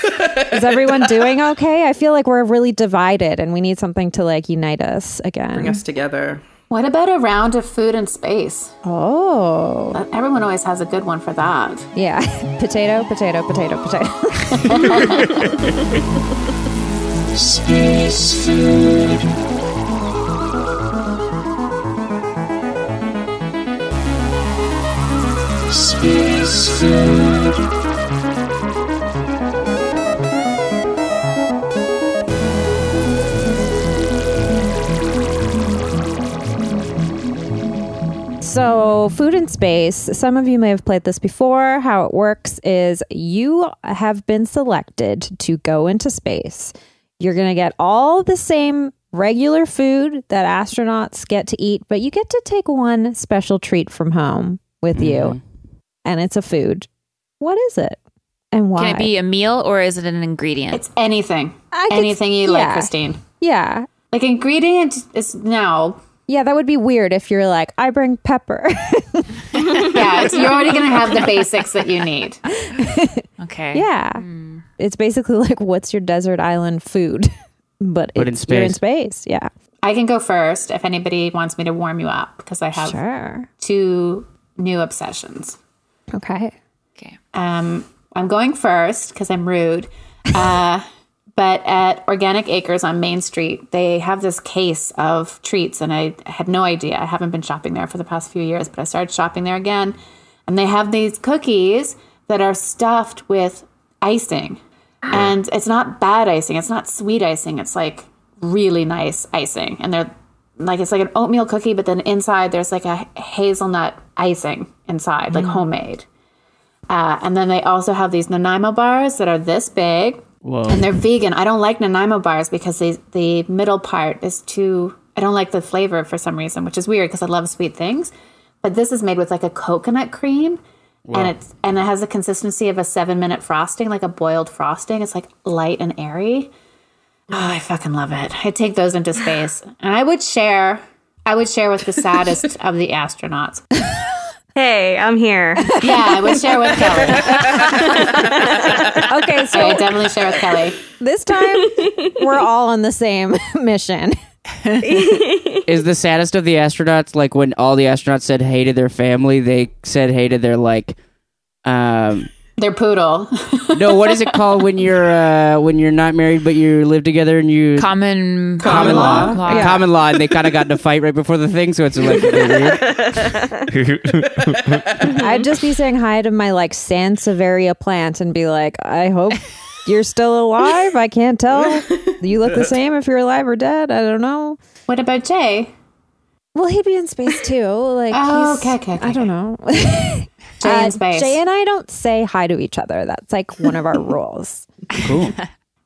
Is everyone doing okay? I feel like we're really divided and we need something to like unite us again.
Bring us together.
What about a round of food and space?
Oh.
Uh, Everyone always has a good one for that.
Yeah. potato, potato, potato, potato. So, food in space, some of you may have played this before. How it works is you have been selected to go into space. You're going to get all the same regular food that astronauts get to eat, but you get to take one special treat from home with
Mm-hmm.
you. And it's a food. What is it? And why?
Can it be a meal or is it an ingredient?
It's anything.
I could-
anything you like,
yeah.
Christine.
yeah.
Like ingredient is no.
Yeah, that would be weird if you're like, I bring pepper.
Yeah, it's, you're already gonna have the basics that you need.
okay.
Yeah. It's basically like, what's your desert island food? But,
But
it's,
in
you're in space. Yeah.
I can go first if anybody wants me to warm you up because I have
Sure.
two new obsessions.
Okay.
Okay.
Um, I'm going first because I'm rude. Uh, but at Organic Acres on Main Street, they have this case of treats, and I had no idea. I haven't been shopping there for the past few years, but I started shopping there again. And they have these cookies that are stuffed with icing. And it's not bad icing, it's not sweet icing, it's like really nice icing. And they're like, it's like an oatmeal cookie, but then inside there's like a hazelnut icing inside, like homemade. Uh, and then they also have these Nanaimo bars that are this big. And they're vegan. I don't like Nanaimo bars because they, the middle part is too, I don't like the flavor for some reason, which is weird because I love sweet things. But this is made with like a coconut cream. And it's and it has the consistency of a seven minute frosting, like a boiled frosting. It's like light and airy. Oh, I fucking love it. I take those into space, and I would share. I would share with the saddest of the astronauts.
Hey, I'm here.
Yeah, I would share with Kelly.
Okay.
I
So
would definitely share with Kelly.
this time we're all on the same mission.
Is the saddest of the astronauts like when all the astronauts said hey to their family, they said hey to their like um
They're poodle.
no, what is it called when you're uh when you're not married but you live together and you
Common
Common law.
Yeah. common law and they kind of got in a fight right before the thing so it's like weird.
I'd just be saying hi to my like Sansevieria plant and be like, I hope you're still alive. I can't tell. You look the same if you're alive or dead. I don't know.
What about Jay?
Well, he'd be in space too. Like,
Oh,
he's-
okay, okay, okay,
I don't know.
Jay
Uh,
in space.
Jay and I don't say hi to each other. That's like one of our rules.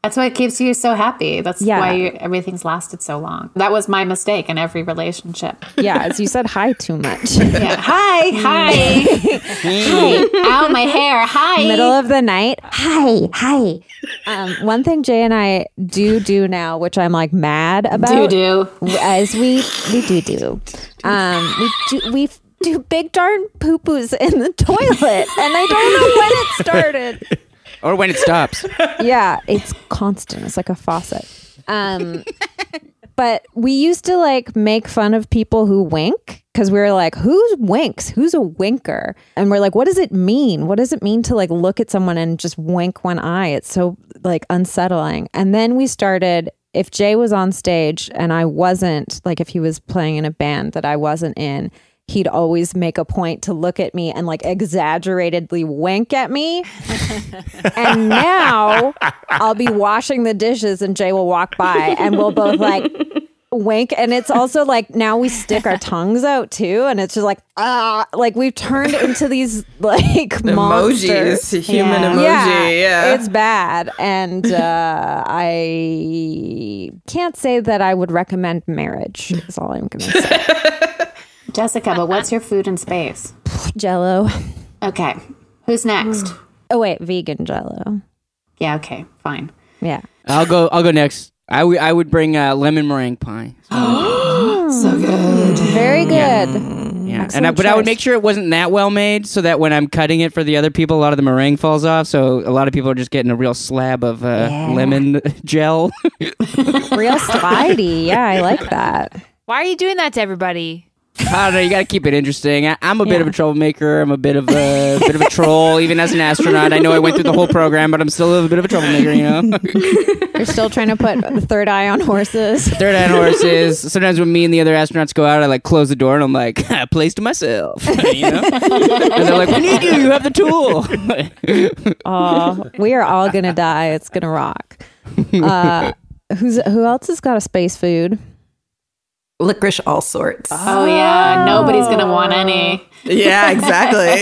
That's what keeps you so happy. That's
Yeah.
why you, everything's lasted so long. That was my mistake in every relationship.
Yeah, as you said hi too much.
Yeah. hi, hi, hi. Ow, my hair. Hi.
Middle of the night. Hi, hi. Um, one thing Jay and I do do now, which I'm like mad
doo
about,
doo.
as we we do do, um, we do we f- do big darn poo poos in the toilet, and I don't know when it started.
or when it stops.
yeah, it's constant. It's like a faucet. Um, but we used to like make fun of people who wink. because we were like, who's winks? Who's a winker? And we're like, what does it mean? What does it mean to like look at someone and just wink one eye? It's so like unsettling. And then we started. If Jay was on stage and I wasn't, like if he was playing in a band that I wasn't in, he'd always make a point to look at me and like exaggeratedly wink at me. and now I'll be washing the dishes and Jay will walk by and we'll both like wink. And it's also like now we stick our tongues out too. And it's just like, ah, like we've turned into these like monsters.
Emojis, human
Yeah.
emoji. Yeah,
It's bad. And uh, I can't say that I would recommend marriage, is all I'm going to say.
Jessica, but what's your food in space?
Jello.
Okay. Who's next?
Oh wait, vegan jello.
yeah, okay, fine.
Yeah.
I'll go. I'll go next. I would- I would bring uh, lemon meringue pie.
Mm. Very good.
Yeah, and I, but I would make sure it wasn't that well made, so that when I'm cutting it for the other people, a lot of the meringue falls off. So a lot of people are just getting a real slab of uh, lemon gel.
Real slidey. Yeah, I like that.
Why are you doing that to everybody?
I don't know. You got to keep it interesting. I, I'm a bit of a troublemaker. I'm a bit of a bit of a troll, even as an astronaut. I know I went through the whole program, but I'm still a bit of a troublemaker. You know,
You're still trying to put the third eye on horses.
third eye on horses. Sometimes when me and the other astronauts go out, I like close the door and I'm like, "Ha, place to myself. You know, and they're like, "We need you. You have the tool."
Oh, we are all gonna die. It's gonna rock. Uh, who's who else has got a space food? Uh,
Licorice, all sorts.
Oh, yeah, nobody's going to want any.
Yeah, exactly.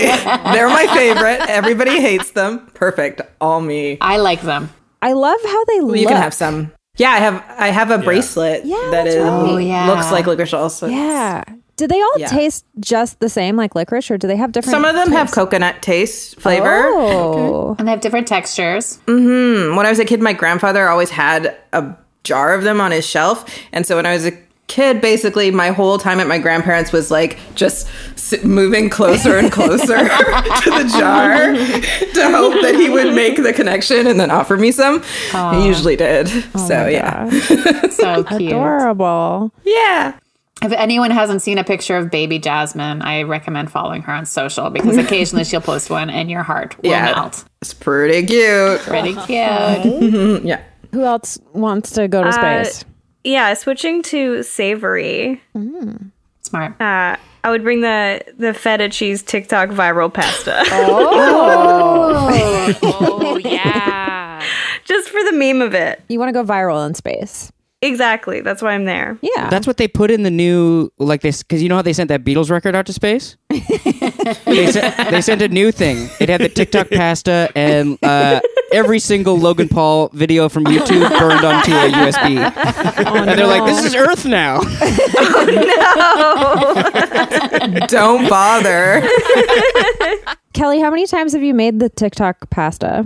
They're my favorite. Everybody hates them. Perfect. All me.
I like them.
I love how they
Well,
look.
you can have some. Yeah, I have. I have a bracelet
Yeah,
that
that's
is
right. Oh,
yeah.
looks like licorice. Also,
Yeah. Do they all
Yeah.
taste just the same, like licorice, or do they have different?
some of them have coconut taste flavor.
Oh,
And they have different textures.
Mm-hmm. When I was a kid, my grandfather always had a jar of them on his shelf, and so when I was a kid, basically my whole time at my grandparents was like just s- moving closer and closer to the jar to hope that he would make the connection and then offer me some. He usually did.
Oh
so yeah,
So cute.
adorable.
yeah.
If anyone hasn't seen a picture of baby Jasmine, I recommend following her on social because occasionally she'll post one and your heart will
Yeah.
melt.
It's pretty cute.
Pretty cute.
Yeah.
Oh, Who else wants to go to
Uh,
space?
Yeah, switching to savory.
Mm.
Smart.
Uh, I would bring the the feta cheese TikTok viral pasta
Oh yeah.
just for the meme of it.
You want to go viral in space?
Exactly. That's why I'm there.
Yeah.
That's what they put in the new like this because you know how they sent that Beatles record out to space. they, sent, they sent a new thing. It had the TikTok pasta and uh, every single Logan Paul video from YouTube burned onto a Oh, USB. and they're like, "This is Earth now."
Don't bother.
Kelly, how many times have you made the TikTok pasta?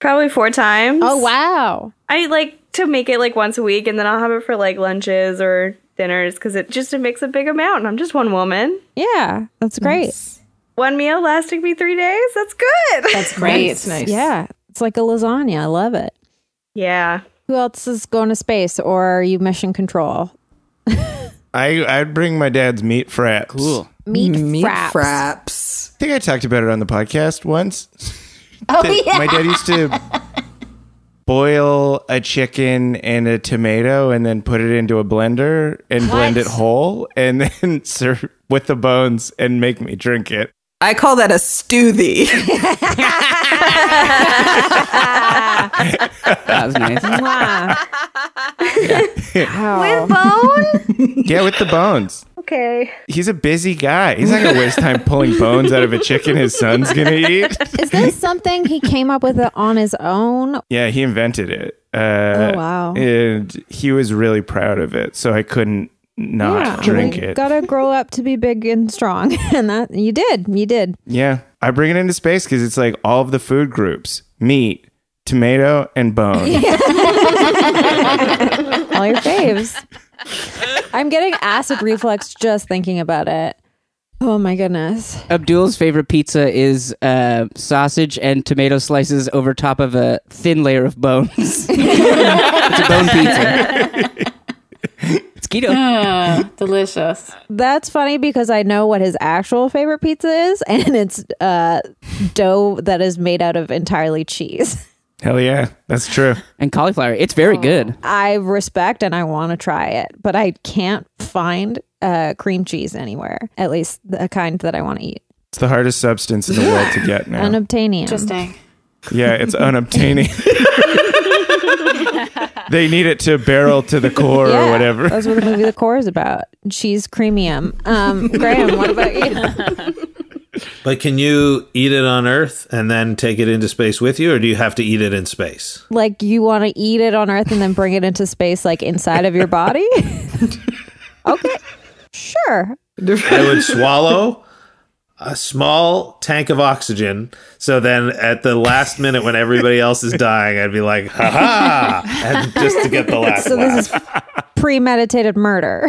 Probably four times.
Oh, wow.
I like to make it like once a week, and then I'll have it for like lunches or dinners because it just it makes a big amount. And I'm just one woman.
Yeah, that's great.
One meal lasting me three days. That's good.
That's great.
nice.
Yeah, it's like a lasagna. I love it.
yeah.
Who else is going to space or are you mission control?
I I'd bring my dad's meat fraps.
Cool.
Meat,
Meat
fraps.
I think I talked about it on the podcast once. Oh yeah. My dad used to boil a chicken and a tomato and then put it into a blender and blend it whole and then serve with the bones and make me drink it.
I call that a stewthy.
That was
Oh,
nice.
Wow.
Yeah, with the bones.
Okay.
He's a busy guy. He's not gonna waste time pulling bones out of a chicken his son's gonna eat.
Is this something he came up with it on his own?
Yeah, he invented it.
Oh,
Uh,
wow.
And he was really proud of it, so I couldn't not Ah, drink
you
it.
Gotta grow up to be big and strong. And that you did. You did.
Yeah, I bring it into space because it's like all of the food groups: meat, tomato, and bone.
All your faves. I'm getting acid reflux just thinking about it. Oh my goodness.
Abdul's favorite pizza is uh, sausage and tomato slices over top of a thin layer of bones. it's a bone pizza. It's taquito.
Uh, Delicious.
That's funny because I know what his actual favorite pizza is, and it's uh, dough that is made out of entirely cheese.
Hell yeah, that's true.
and cauliflower. It's very good.
I respect and I want to try it, but I can't find uh, cream cheese anywhere, at least the kind that I want to eat.
It's the hardest substance in the world to get now.
Unobtainium.
Interesting.
yeah, it's unobtaining. they need it to barrel to the core or whatever.
That's what the movie The Core is about. Cheese creamium. Um, Graham, what about you?
But can you eat it on Earth and then take it into space with you, or do you have to eat it in space?
Like, you want to eat it on Earth and then bring it into space, like inside of your body? okay, sure.
I would swallow a small tank of oxygen. So then at the last minute when everybody else is dying, I'd be like, ha ha, and just to get the last
So
laugh.
this is premeditated murder.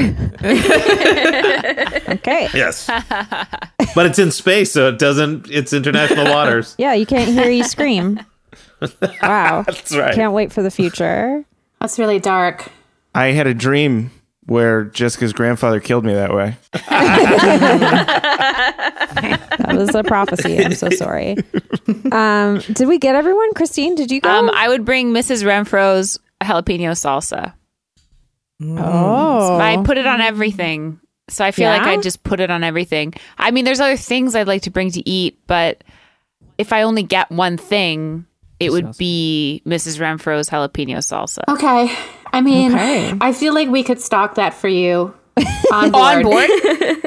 okay.
Yes. but it's in space, so it doesn't, it's international waters.
Yeah, you can't hear you scream. Wow.
That's right.
Can't wait for the future.
That's really dark.
I had a dream where Jessica's grandfather killed me that way.
That was a prophecy. I'm so sorry. Um, did we get everyone? Christine, did you go?
Um, I would bring Mrs. Renfro's jalapeno salsa.
oh.
I put it on everything. So I feel like
Yeah?
I just put it on everything. I mean, there's other things I'd like to bring to eat, but if I only get one thing, it would be Mrs. Renfro's jalapeno salsa.
Okay. I mean,
Okay.
I feel like we could stock that for you on board.
On board?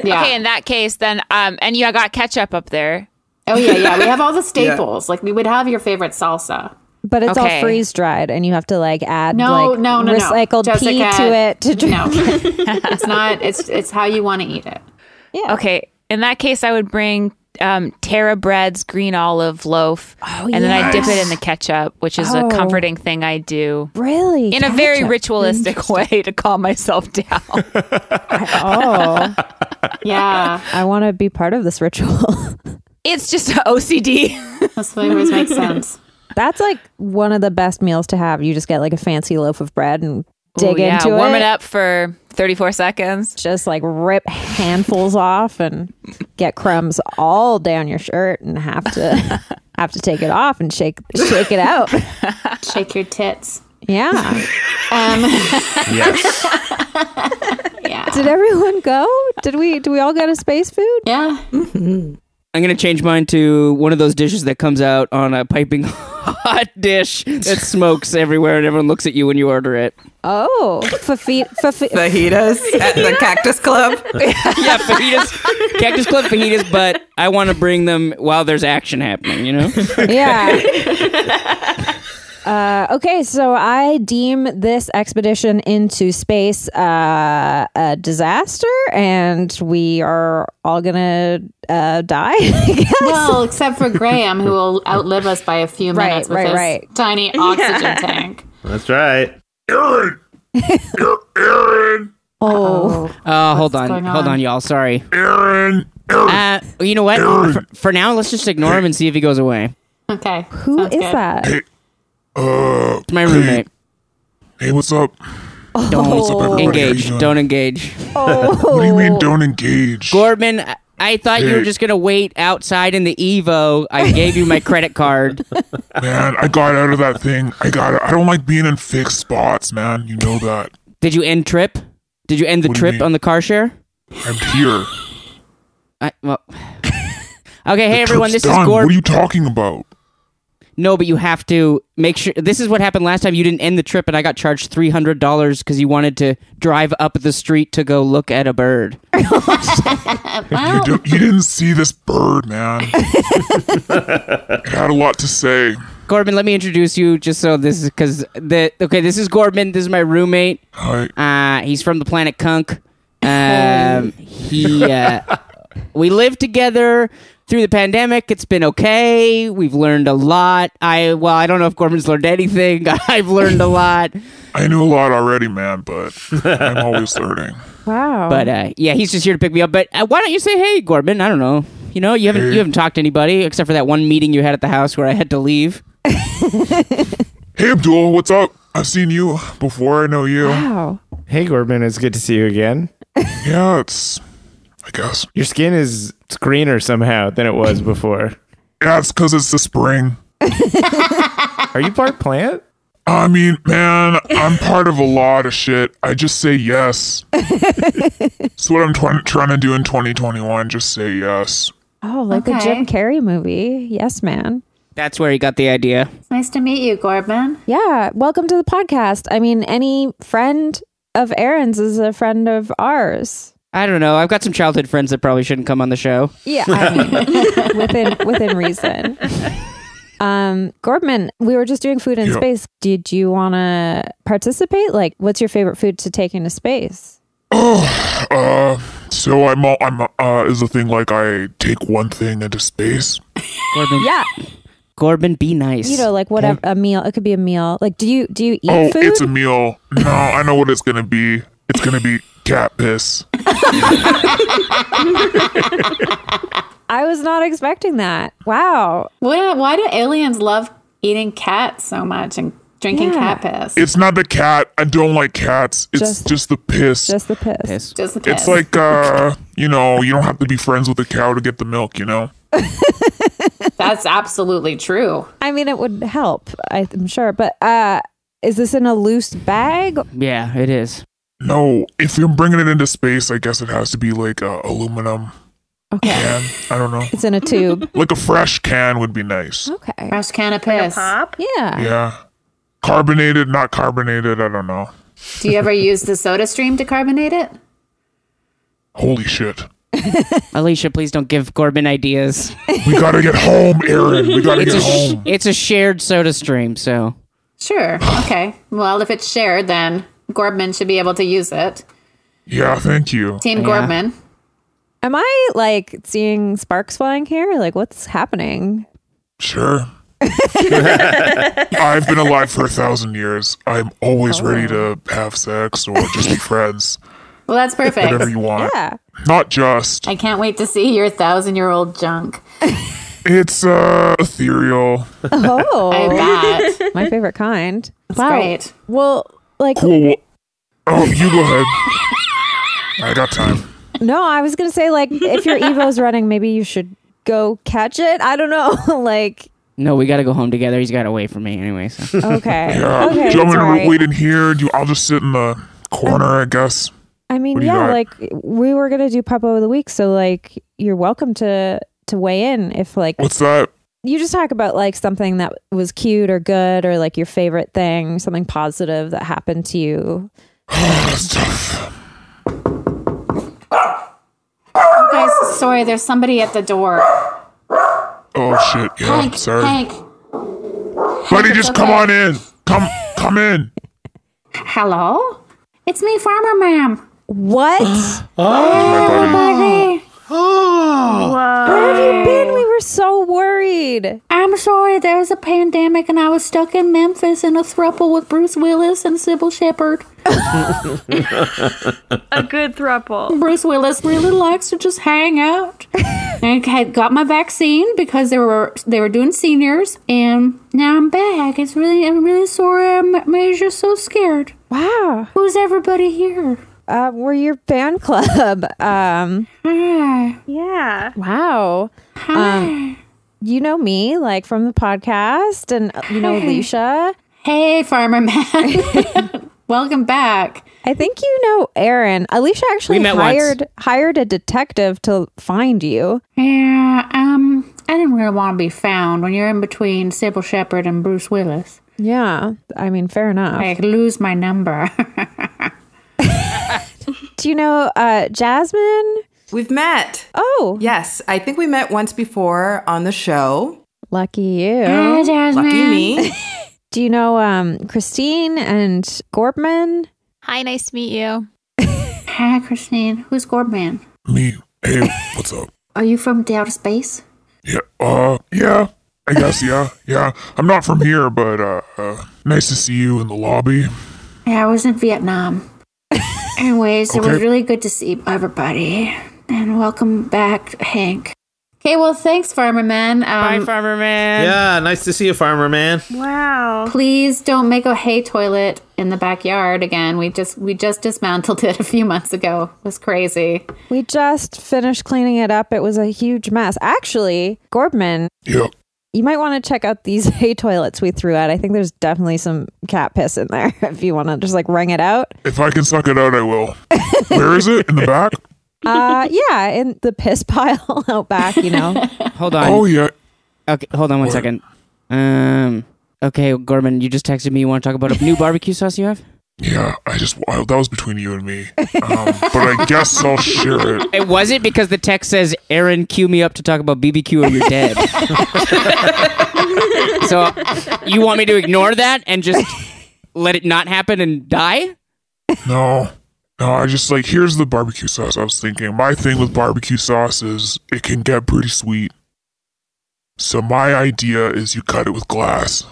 Yeah.
Okay, in that case, then, um, and you got ketchup up there.
oh yeah, yeah. We have all the staples. Like we would have your favorite salsa.
But it's all
Okay.
freeze dried, and you have to like add
No,
like
no, no, no.
recycled pea
Jessica,
to it to drink.
No, it's not. It's it's how you want to eat it.
Okay, in that case, I would bring um, Terra Bread's green olive loaf, oh, and then I dip it in the ketchup, which is
Oh.
a comforting thing I do.
Really,
In a very
Gotcha.
ritualistic way to calm myself down.
Oh,
Yeah,
I want to be part of this ritual.
it's just OCD.
those flavors make sense.
That's like one of the best meals to have. You just get like a fancy loaf of bread and dig
Ooh, yeah,
into
warm
it,
it. up for 34 seconds.
just like rip handfuls off and get crumbs all down your shirt, and have to have to take it off and shake shake it out.
Shake your tits.
Yeah.
Um,
Yes.
Did everyone go? Did we? Did we all go to space food?
yeah,
I'm gonna change mine to one of those dishes that comes out on a piping hot dish that smokes everywhere, and everyone looks at you when you order it.
Oh, fafi- fafi-
Fajitas at the Cactus Club.
Yeah, fajitas, Cactus Club fajitas, but I want to bring them while there's action happening. You know,
Yeah. Uh, okay, so I deem this expedition into space uh, a disaster, and we are all gonna uh, die. I guess.
well, except for Graham, who will outlive us by a few
Right,
minutes with
right,
his
right.
tiny oxygen tank.
That's right.
oh,
uh, hold on,
going
hold
on?
on, y'all. Sorry. Uh, you know what? For, for now, let's just ignore him and see if he goes away.
Okay,
who is
sounds good.
that?
It's my roommate.
uh, Hey, what's up?
Don't
everybody?
engage.
How you doing?
Don't engage.
What do you mean, don't engage?
Gorman, I- I thought you were just gonna wait outside in the Evo. I gave you my credit card.
Man, I got out of that thing. I got out. I don't like being in fixed spots, man. You know that.
Did you end trip? Did you end the
What do you
trip
mean?
on the car share?
I'm here.
I, well, okay, hey everyone,
Trip's
this
done.
is
What are
Gorb.
you talking about?
no, but you have to make sure. This is what happened last time. You didn't end the trip, and I got charged three hundred dollars because you wanted to drive up the street to go look at a bird.
You, don't- you didn't see this bird, man. it had a lot to say.
Gorman, let me introduce you, just so this is because the okay. This is Gorman. This is my roommate.
I,
Uh, he's from the planet Kunk. Um, he, uh, we lived together through the pandemic. It's been okay. We've learned a lot. I well, I don't know if Gorman's learned anything. I've learned a lot,
I knew a lot already, man, but I'm always learning.
Wow.
but uh, yeah, he's just here to pick me up. But uh, why don't you say hey, Gorman? I don't know. You know, you haven't you haven't talked to anybody except for that one meeting you had at the house where I had to leave.
Hey, Abdul, what's up? I've seen you before. I know you.
wow.
Hey, Gorman, it's good to see you again.
Yeah, it's. I guess.
Your skin is it's greener somehow than it was before.
Yeah, it's because it's the spring.
Are you part plant?
I mean, man, I'm part of a lot of shit. I just say yes. That's what I'm twen- trying to do in 2021. Just say yes.
Oh, like the
Okay.
Jim Carrey movie. Yes, man.
That's where he got the idea.
It's nice to meet you, Gorman.
Yeah. Welcome to the podcast. I mean, any friend of Aaron's is a friend of ours.
I don't know. I've got some childhood friends that probably shouldn't come on the show.
Yeah, I mean, within within reason. Um, Gordman, we were just doing food in
Yeah.
space. Did you want to participate? Like, what's your favorite food to take into space?
Uh, so I'm all, I'm, uh, is the thing like I take one thing into space?
Corbin,
Yeah,
Corbin, be nice.
you know, like whatever a meal. It could be a meal. Like, do you do you eat
Oh,
food?
it's a meal. No, I know what it's gonna be. It's gonna be cat piss.
I was not expecting that. Wow.
What, why do aliens love eating cats so much and drinking
Yeah.
cat piss?
It's not the cat. I don't like cats. It's
Just-
just, the piss.
Just the piss.
Piss.
Just the piss.
it's like uh, you know, you don't have to be friends with a cow to get the milk. You know.
That's absolutely true.
I mean, it would help, I'm sure. But uh, is this in a loose bag?
Yeah, it is.
No, if you're bringing it into space, I guess it has to be like a aluminum
Okay,
can. I don't know.
it's in a tube.
Like a fresh can would be nice.
Okay.
Fresh can of piss.
Pop?
Yeah.
Yeah. Carbonated, not carbonated. I don't know.
do you ever use the soda stream to carbonate it?
Holy shit.
Alicia, please don't give Corbin ideas.
We gotta get home, Aaron. We gotta
It's
get
a, sh-
home.
it's a shared soda stream, so
Sure. Okay. Well, if it's shared, then Gorman should be able to use it.
Yeah, thank you.
Team Gorman.
Am I like seeing sparks flying here? Like, what's happening?
Sure. I've been alive for a thousand years. I'm always ready to
Oh.
have sex or just be friends.
Well, that's
Whatever
perfect.
you want.
Yeah.
Not just.
I can't wait to see your thousand year old junk.
It's uh ethereal.
I
Oh,
bet.
my favorite kind.
That's great.
Well, like,
Cool. Oh, you go ahead. I got time.
no, I was gonna say like, if your Evo's running, maybe you should go catch it. I don't know. like,
no, we got to go home together. He's got away from me anyway. So
okay,
Yeah.
okay, that's
do you want me to
all right.
wait in here? Do you, I'll just sit in the corner, I guess.
I mean,
What do you
yeah,
got?
like we were gonna do Papa of the Week, so like, you're welcome to to weigh in if like
What's that?
you just talk about like something that was cute or good or like your favorite thing, something positive that happened to you.
That's tough.
You guys, sorry, there's somebody at the door.
Oh shit. Yeah.
Hank,
sorry.
Hank.
Buddy, just come on in. Come come in.
Hello? It's me, Farmer Ma'am.
What?
My buddy.
Buddy,
Where have you been? We were so worried.
I'm sorry there was a pandemic and I was stuck in Memphis in a throuple with Bruce Willis and Sybil Shepherd.
A good thruple.
Bruce Willis really likes to just hang out. and I got my vaccine because they were they were doing seniors, and now I'm back. It's really I'm really sorry. I made you so scared.
Wow.
Who's everybody here?
Uh, we're your fan club. Um,
Hi.
Yeah.
wow. Um, you know me, like from the podcast, and uh, you know Alicia.
Hey, Farmer Man. Welcome back.
I think you know Aaron. Alicia actually
We met once.
hired hired a detective to find you.
Yeah, um, I didn't really want to be found when you're in between Sybil Shepherd and Bruce Willis.
Yeah, I mean, fair enough.
I lose my number.
Do you know uh, Jasmine?
We've met.
Oh,
Yes, I think we met once before on the show.
lucky you.
Hi, Jasmine.
Lucky me.
Do you know um, Christine and Gorman?
Hi, nice to meet you.
Hi, Christine. Who's Gordman?
Me. Hey, what's up?
Are you from outer space?
Yeah. Uh yeah. I guess yeah. Yeah. I'm not from here, but uh, uh nice to see you in the lobby.
Yeah, I was in Vietnam. Anyways, it was
Okay.
really good to see everybody. And welcome back, Hank. Okay, well, thanks, Farmer Man.
Bye,
Um,
farmer man.
Yeah, nice to see you, farmer man.
Wow.
please don't make a hay toilet in the backyard again. We just we just dismantled it a few months ago. It was crazy.
We just finished cleaning it up. It was a huge mess. Actually, Gordman,
Yeah.
you might want to check out these hay toilets we threw out. I think there's definitely some cat piss in there if you want to just like wring it out.
If I can suck it out, I will. Where is it? In the back?
Uh, yeah, in the piss pile out back, you know.
Hold on.
Oh, yeah.
Okay, hold on one second. Um. Okay, Gorman, you just texted me. You want to talk about a new barbecue sauce you have?
Yeah, Uh, I just, I, that was between you and me. Um, but I guess I'll share it.
It wasn't because the text says, "Aaron, cue me up to talk about BBQ or you're dead." so, you want me to ignore that and just let it not happen and die?
No. No, I just like, here's the barbecue sauce I was thinking. My thing with barbecue sauce is it can get pretty sweet. So my idea is you cut it with glass.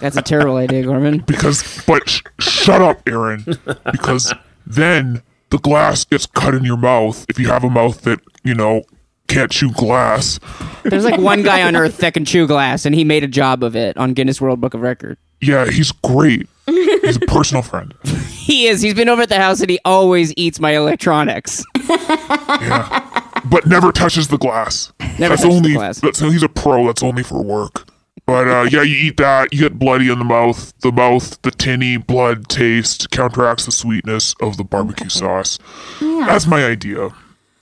That's a terrible idea, Gorman.
Because, but sh- shut up, Aaron. Because then the glass gets cut in your mouth if you have a mouth that, you know, can't chew glass.
There's like one guy on Earth that can chew glass, and he made a job of it on Guinness World Book of Record.
Yeah, he's great. He's a personal friend.
He is. He's been over at the house, and he always eats my electronics.
but never touches the glass.
Never
that's
touches the
only,
glass.
That's, he's a pro. That's only for work. But uh, yeah, you eat that, you get bloody in the mouth. The mouth, the tinny blood taste counteracts the sweetness of the barbecue sauce. That's my idea.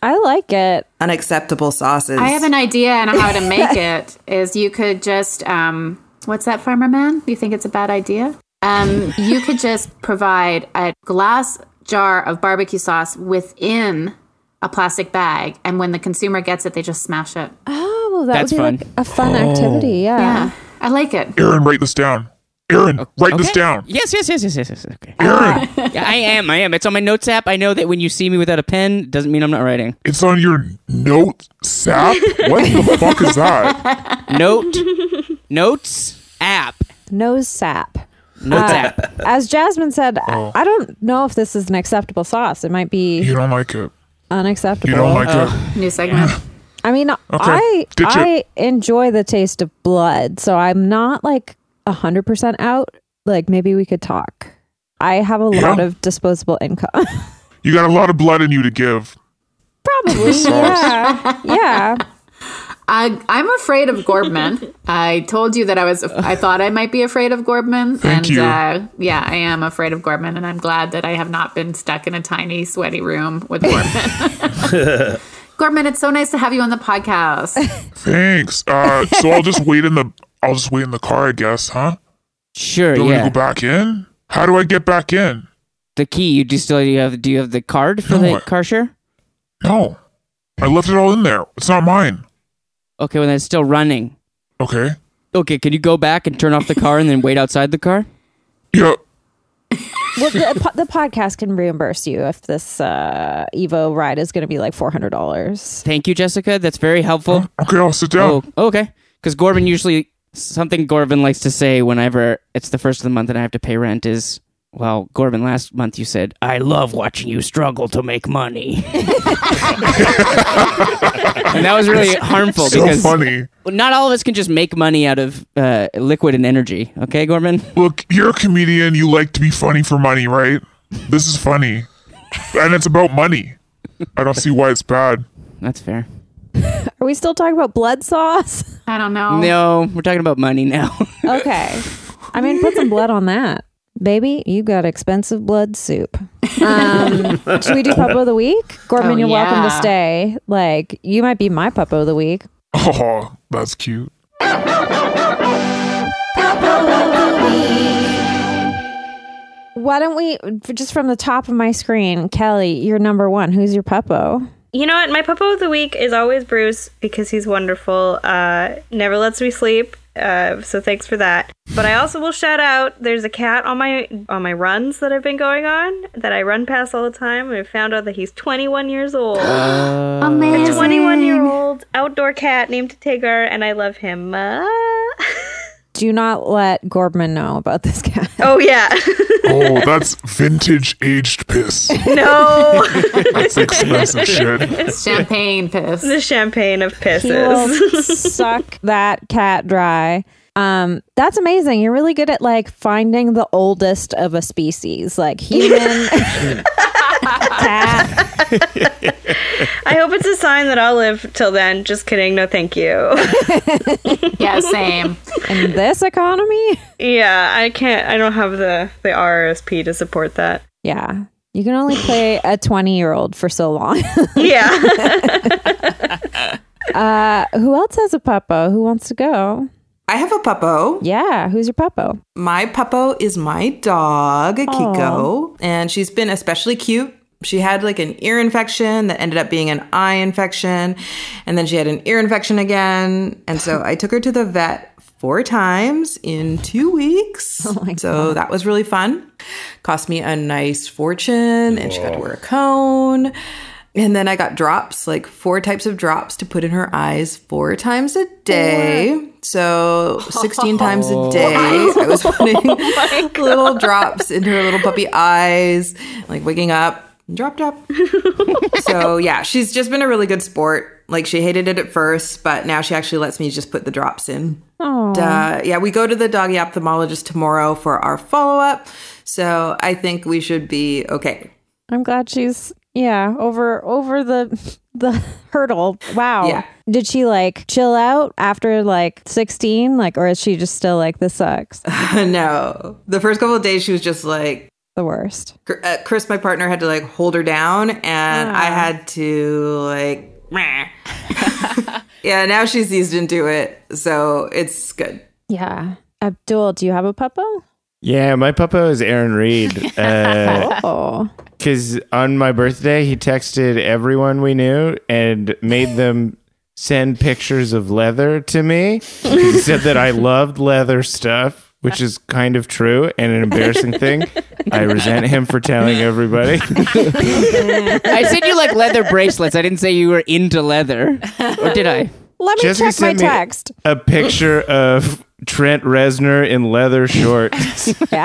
I like it.
Unacceptable sauces.
I have an idea on how to make it. Is you could just um, what's that, Farmer Man? You think it's a bad idea? Um, you could just provide a glass jar of barbecue sauce within a plastic bag, and when the consumer gets it, they just smash it.
Oh, that
That's
would be
fun. Oh.
like a fun activity. Yeah.
Yeah, I like it.
Aaron, write this down. Aaron, write this
Okay.
down.
Yes, yes, yes, yes, yes, yes. Okay.
Aaron,
Yeah, I am. I am. It's on my notes app. I know that when you see me without a pen, it doesn't mean I'm not writing.
it's on your note sap. What the fuck is that?
Note, notes app,
Nose sap.
notes app.
As Jasmine said, I-
Oh.
I don't know if this is an acceptable sauce. It might be
You don't like it.
unacceptable.
You don't like it.
New segment.
I mean, I
Ditch it.
I enjoy the taste of blood, so I'm not like hundred percent out. Like maybe we could talk. I have a lot
Yeah.
of disposable income.
You got a lot of blood in you to give.
Probably, yeah, yeah.
I, I'm afraid of Gorbman. I told you that I was. I thought I might be afraid of Gorbman,
Thank
and
you.
Uh, yeah, I am afraid of Gorbman, and I'm glad that I have not been stuck in a tiny, sweaty room with Gorbman. Gorbman, it's so nice to have you on the podcast.
Thanks. Uh, so I'll just wait in the I'll just wait in the car, I guess, huh?
Sure,
Do I
yeah.
go back in? How do I get back in?
the key. You do still you have? Do you have the card for
No,
the
I-
car share?
No. I left it all in there. It's not mine.
Okay, well then it's still running.
Okay.
Okay, can you go back and turn off the car and then wait outside the car?
Yeah.
Well, the, po- the podcast can reimburse you if this uh, Evo ride is going to be like four hundred dollars.
Thank you, Jessica. That's very helpful.
Okay, I'll sit down.
Oh, okay. Because Gorbin usually something Gorbin likes to say whenever it's the first of the month and I have to pay rent is, well, Gorbin, last month you said I love watching you struggle to make money, and that was really harmful
so
because
funny.
not all of us can just make money out of uh, liquid and energy. Okay, Gorbin.
Look, you're a comedian, you like to be funny for money, right? This is funny. And it's about money. I don't see why it's bad.
That's fair.
Are we still talking about blood sauce?
I don't
Oh.
know.
No, we're talking about money now.
Okay, I mean, put some blood on that, baby. You got expensive blood soup. Um, should we do puppo of the week, Gorman?
Oh,
you're welcome to
yeah.
stay. Like you might be my puppo of the week.
Oh, that's cute.
Why don't we just from the top of my screen, Kelly? You're number one. Who's your puppo?
You know what? My puppo of the week is always Bruce because he's wonderful. Uh, never lets me sleep. Uh, so thanks for that. But I also will shout out. There's a cat on my on my runs that I've been going on that I run past all the time, and I found out that he's 21 years old.
Amazing.
21 year old outdoor cat named Tigger, and I love him. Uh,
do not let Gordman know about this cat.
Oh yeah.
Oh, that's vintage aged piss.
no.
That's expensive shit.
Champagne piss.
the champagne of
He
pisses.
will suck that cat dry. Um, that's amazing. You're really good at like finding the oldest of a species, like human, cat.
I hope it's a sign that I'll live till then. Just kidding. No, thank you.
Yeah, same.
In this economy,
yeah, I can't. I don't have the the RSP to support that.
yeah, you can only play a 20 year old for so long.
Yeah.
uh, who else has a puppo? Who wants to go?
I have a puppo.
Yeah, who's your puppo?
My puppo is my dog, Kiko, and she's been especially cute. She had like an ear infection that ended up being an eye infection, and then she had an ear infection again. And so I took her to the vet four times in two weeks. so that was really fun. Cost me a nice fortune, and she got to wear a cone. And then I got drops, like four types of drops to put in her eyes four times a day. So 16 times a day. I was putting little drops in her little puppy eyes, like waking up, drop, drop. so yeah, she's just been a really good sport. Like she hated it at first, but now she actually lets me just put the drops in. And, uh, yeah, we go to the doggy ophthalmologist tomorrow for our follow up. So I think we should be okay.
I'm glad she's yeah over over the the hurdle. Wow.
Yeah.
Did she like chill out after like 16? Like, or is she just still like this sucks?
no, the first couple of days she was just like,
the worst.
Gr- uh, Chris, my partner, had to like hold her down, and I
Ah.
had to like. meh. yeah, now she's eased into it, so it's good.
Yeah. Abdul, do you have a puppo?
Yeah, my puppo is Aaron Reed. Uh,
Oh,
Because on my birthday, he texted everyone we knew and made them send pictures of leather to me. 'Cause He said that I loved leather stuff, which is kind of true and an embarrassing thing. I resent him for telling everybody.
I said you like leather bracelets. I didn't say you were into leather. Or did I?
let me
Jesse
check my
sent me-
text.
A picture of Trent Reznor in leather shorts.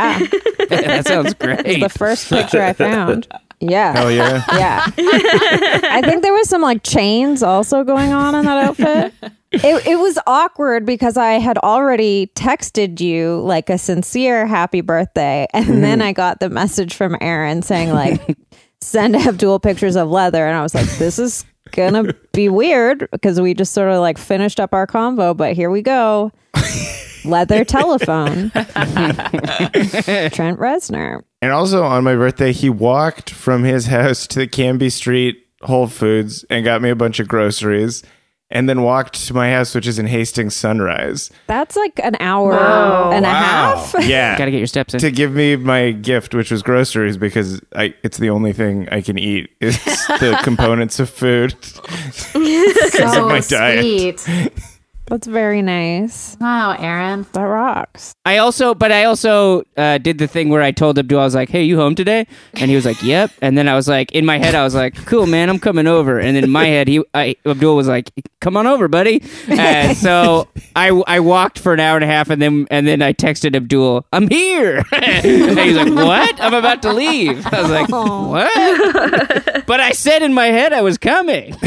Yeah,
that sounds great.
the first picture I found. Yeah,
Hell yeah.
yeah. I think there was some like chains also going on in that outfit. It, it was awkward because I had already texted you like a sincere happy birthday, and then I got the message from Aaron saying like send Abdul pictures of leather, and I was like, this is gonna be weird because we just sort of like finished up our convo, but here we go. Leather telephone. Trent Reznor.
And also on my birthday, he walked from his house to the Canby Street Whole Foods and got me a bunch of groceries, and then walked to my house, which is in Hastings Sunrise.
That's like an hour and a half.
Gotta
Yeah.
get your steps in.
To give me my gift, which was groceries, because I, it's the only thing I can eat is the components of food.
So
my diet.
sweet.
That's very nice.
Wow, Aaron.
That rocks.
I also, but I also uh, did the thing where I told Abdul, I was like, "Hey, you home today?" And he was like, "Yep." And then I was like, in my head, I was like, "Cool, man, I'm coming over." And in my head, he, I, Abdul was like, "Come on over, buddy." And so I, I walked for an hour and a half, and then, and then I texted Abdul, "I'm here." and he's like, "What? I'm about to leave." I was like, "What?" but I said in my head I was coming.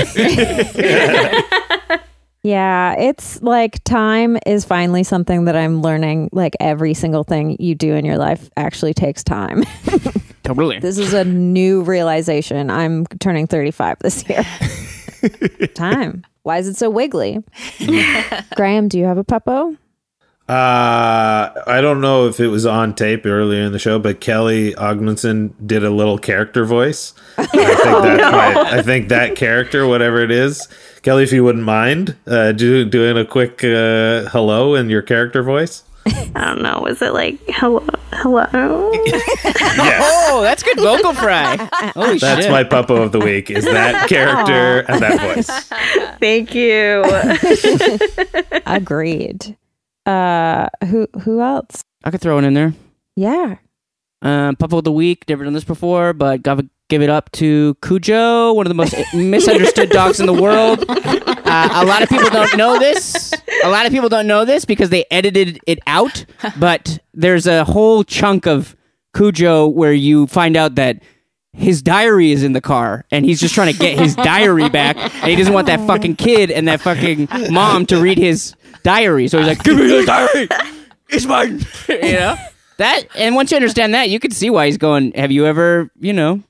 Yeah, it's like time is finally something that I'm learning. Like every single thing you do in your life actually takes time.
totally.
this is a new realization. I'm turning 35 this year. time. Why is it so wiggly? Graham, do you have a puppo?
Uh, I don't know if it was on tape earlier in the show, but Kelly Ogmanson did a little character voice. I think,
Oh,
that's my- I think that character, whatever it is, Kelly, if you wouldn't mind, uh, do, doing a quick uh, hello in your character voice.
I don't know. Is it like hello, hello?
Oh, that's good vocal fry. Holy
That's
shit!
my puppo of the week. Is that character and that voice?
Thank you.
Agreed. Uh, who who else?
I could throw one in there.
Yeah.
Um, Puffle of the Week. Never done this before, but gotta give it up to Cujo, one of the most misunderstood dogs in the world. Uh, a lot of people don't know this, a lot of people don't know this because they edited it out, but there's a whole chunk of Cujo where you find out that his diary is in the car and he's just trying to get his diary back and he doesn't want that fucking kid and that fucking mom to read his diary. So he's like, Give me the diary. It's mine. you know? That and once you understand that, you can see why he's going, Have you ever you know?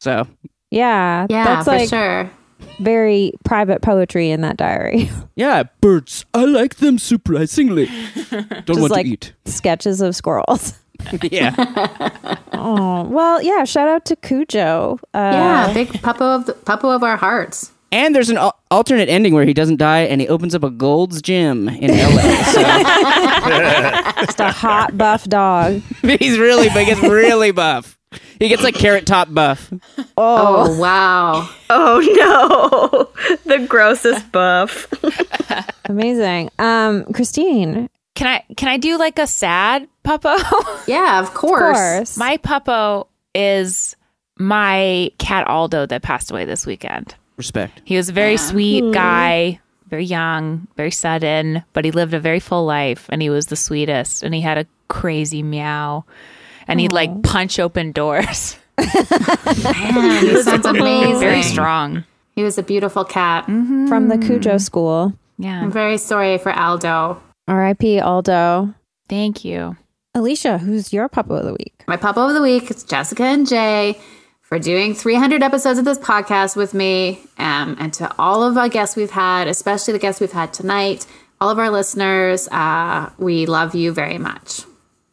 So
Yeah,
Yeah,
that's
for
like
sure.
very private poetry in that diary.
yeah, birds. I like them surprisingly. Don't
Just
want
like
to eat.
sketches of squirrels.
Yeah.
Oh well, yeah. Shout out to Cujo. Uh,
Yeah, big puppo of the, puppo of our hearts.
And there's an al- alternate ending where he doesn't die and he opens up a Gold's Gym in LA. So
just a hot buff dog.
he's really big. He's really buff. He gets like carrot top buff.
Oh, wow.
Oh no, the grossest buff.
Amazing. Um, Christine,
Can I can I do like a sad puppo?
Yeah, of
of
course.
course.
my puppo is my cat Aldo that passed away this weekend.
Respect.
He was a very sweet guy, very young, very sudden, but he lived a very full life and he was the sweetest and he had a crazy meow and he'd like punch open doors.
Man, he sounds amazing.
very strong.
He was a beautiful cat.
from the Cujo School.
Mm-hmm. Yeah.
I'm very sorry for Aldo.
R.I.P. Aldo.
Thank you.
Alicia, who's your puppo of the week?
My pop of the week is Jessica and Jay for doing 300 episodes of this podcast with me, um, and to all of our guests we've had, especially the guests we've had tonight. All of our listeners, uh, we love you very much.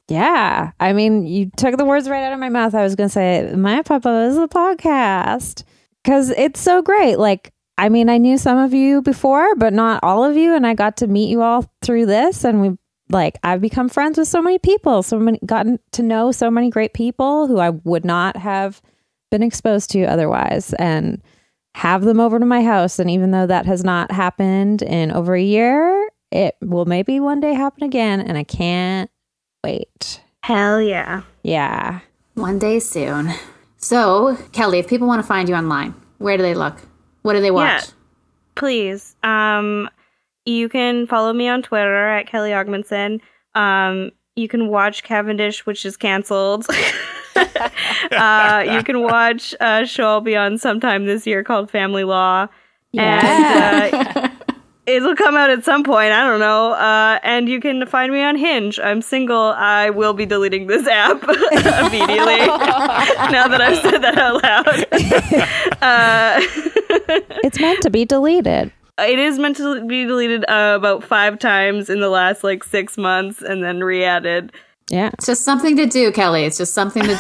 Yeah, I mean, you took the words right out of my mouth. I was going to say my puppo is the podcast because it's so great. Like, I mean, I knew some of you before, but not all of you, and I got to meet you all through this, and we like I've become friends with so many people, so many gotten to know so many great people who I would not have been exposed to otherwise, and have them over to my house. And even though that has not happened in over a year, it will maybe one day happen again, and I can't wait.
Hell yeah.
Yeah.
One day soon. So, Kelly, if people want to find you online, where do they look? What do they watch?
Please. Um, you can follow me on Twitter at Kelly Ogmanson. Um, you can watch Cavendish, which is canceled. uh, you can watch a show I'll be on sometime this year called Family Law. And uh, it'll come out at some point. I don't know. Uh, and you can find me on Hinge. I'm single. I will be deleting this app immediately now that I've said that out loud. uh,
It's meant to be deleted.
it is meant to be deleted uh, about five times in the last like six months and then re-added.
Yeah.
It's just something to do, Kelly. It's just something to do.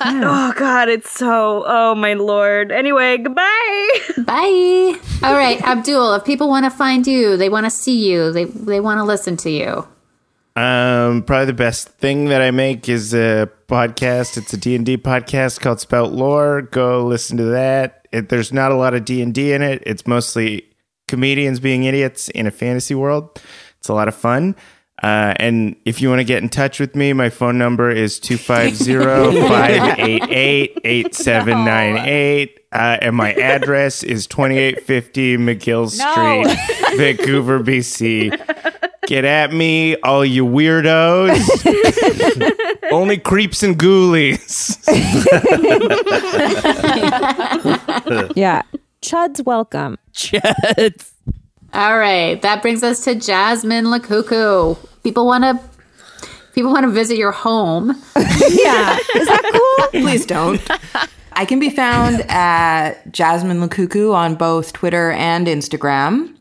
Oh God, it's so. Oh my lord. Anyway, goodbye.
Bye. All right, Abdul, if people want to find you, they want to see you, they, they want to listen to you.
Um, probably the best thing that I make is a podcast. It's a D&D podcast called Spout Lore. Go listen to that. It, there's not a lot of D&D in it. It's mostly comedians being idiots in a fantasy world. It's a lot of fun. Uh, and if you want to get in touch with me, my phone number is 250-588-8798. Uh, and my address is 2850 McGill Street, Vancouver, BC. Get at me, all you weirdos. Only creeps and ghoulies.
Yeah. Chud's welcome.
All right, that brings us to Jasmine Lakuku. People want to people want to visit your home.
Yeah. Is that cool?
Please don't. I can be found at Jasmine Lakuku on both Twitter and Instagram.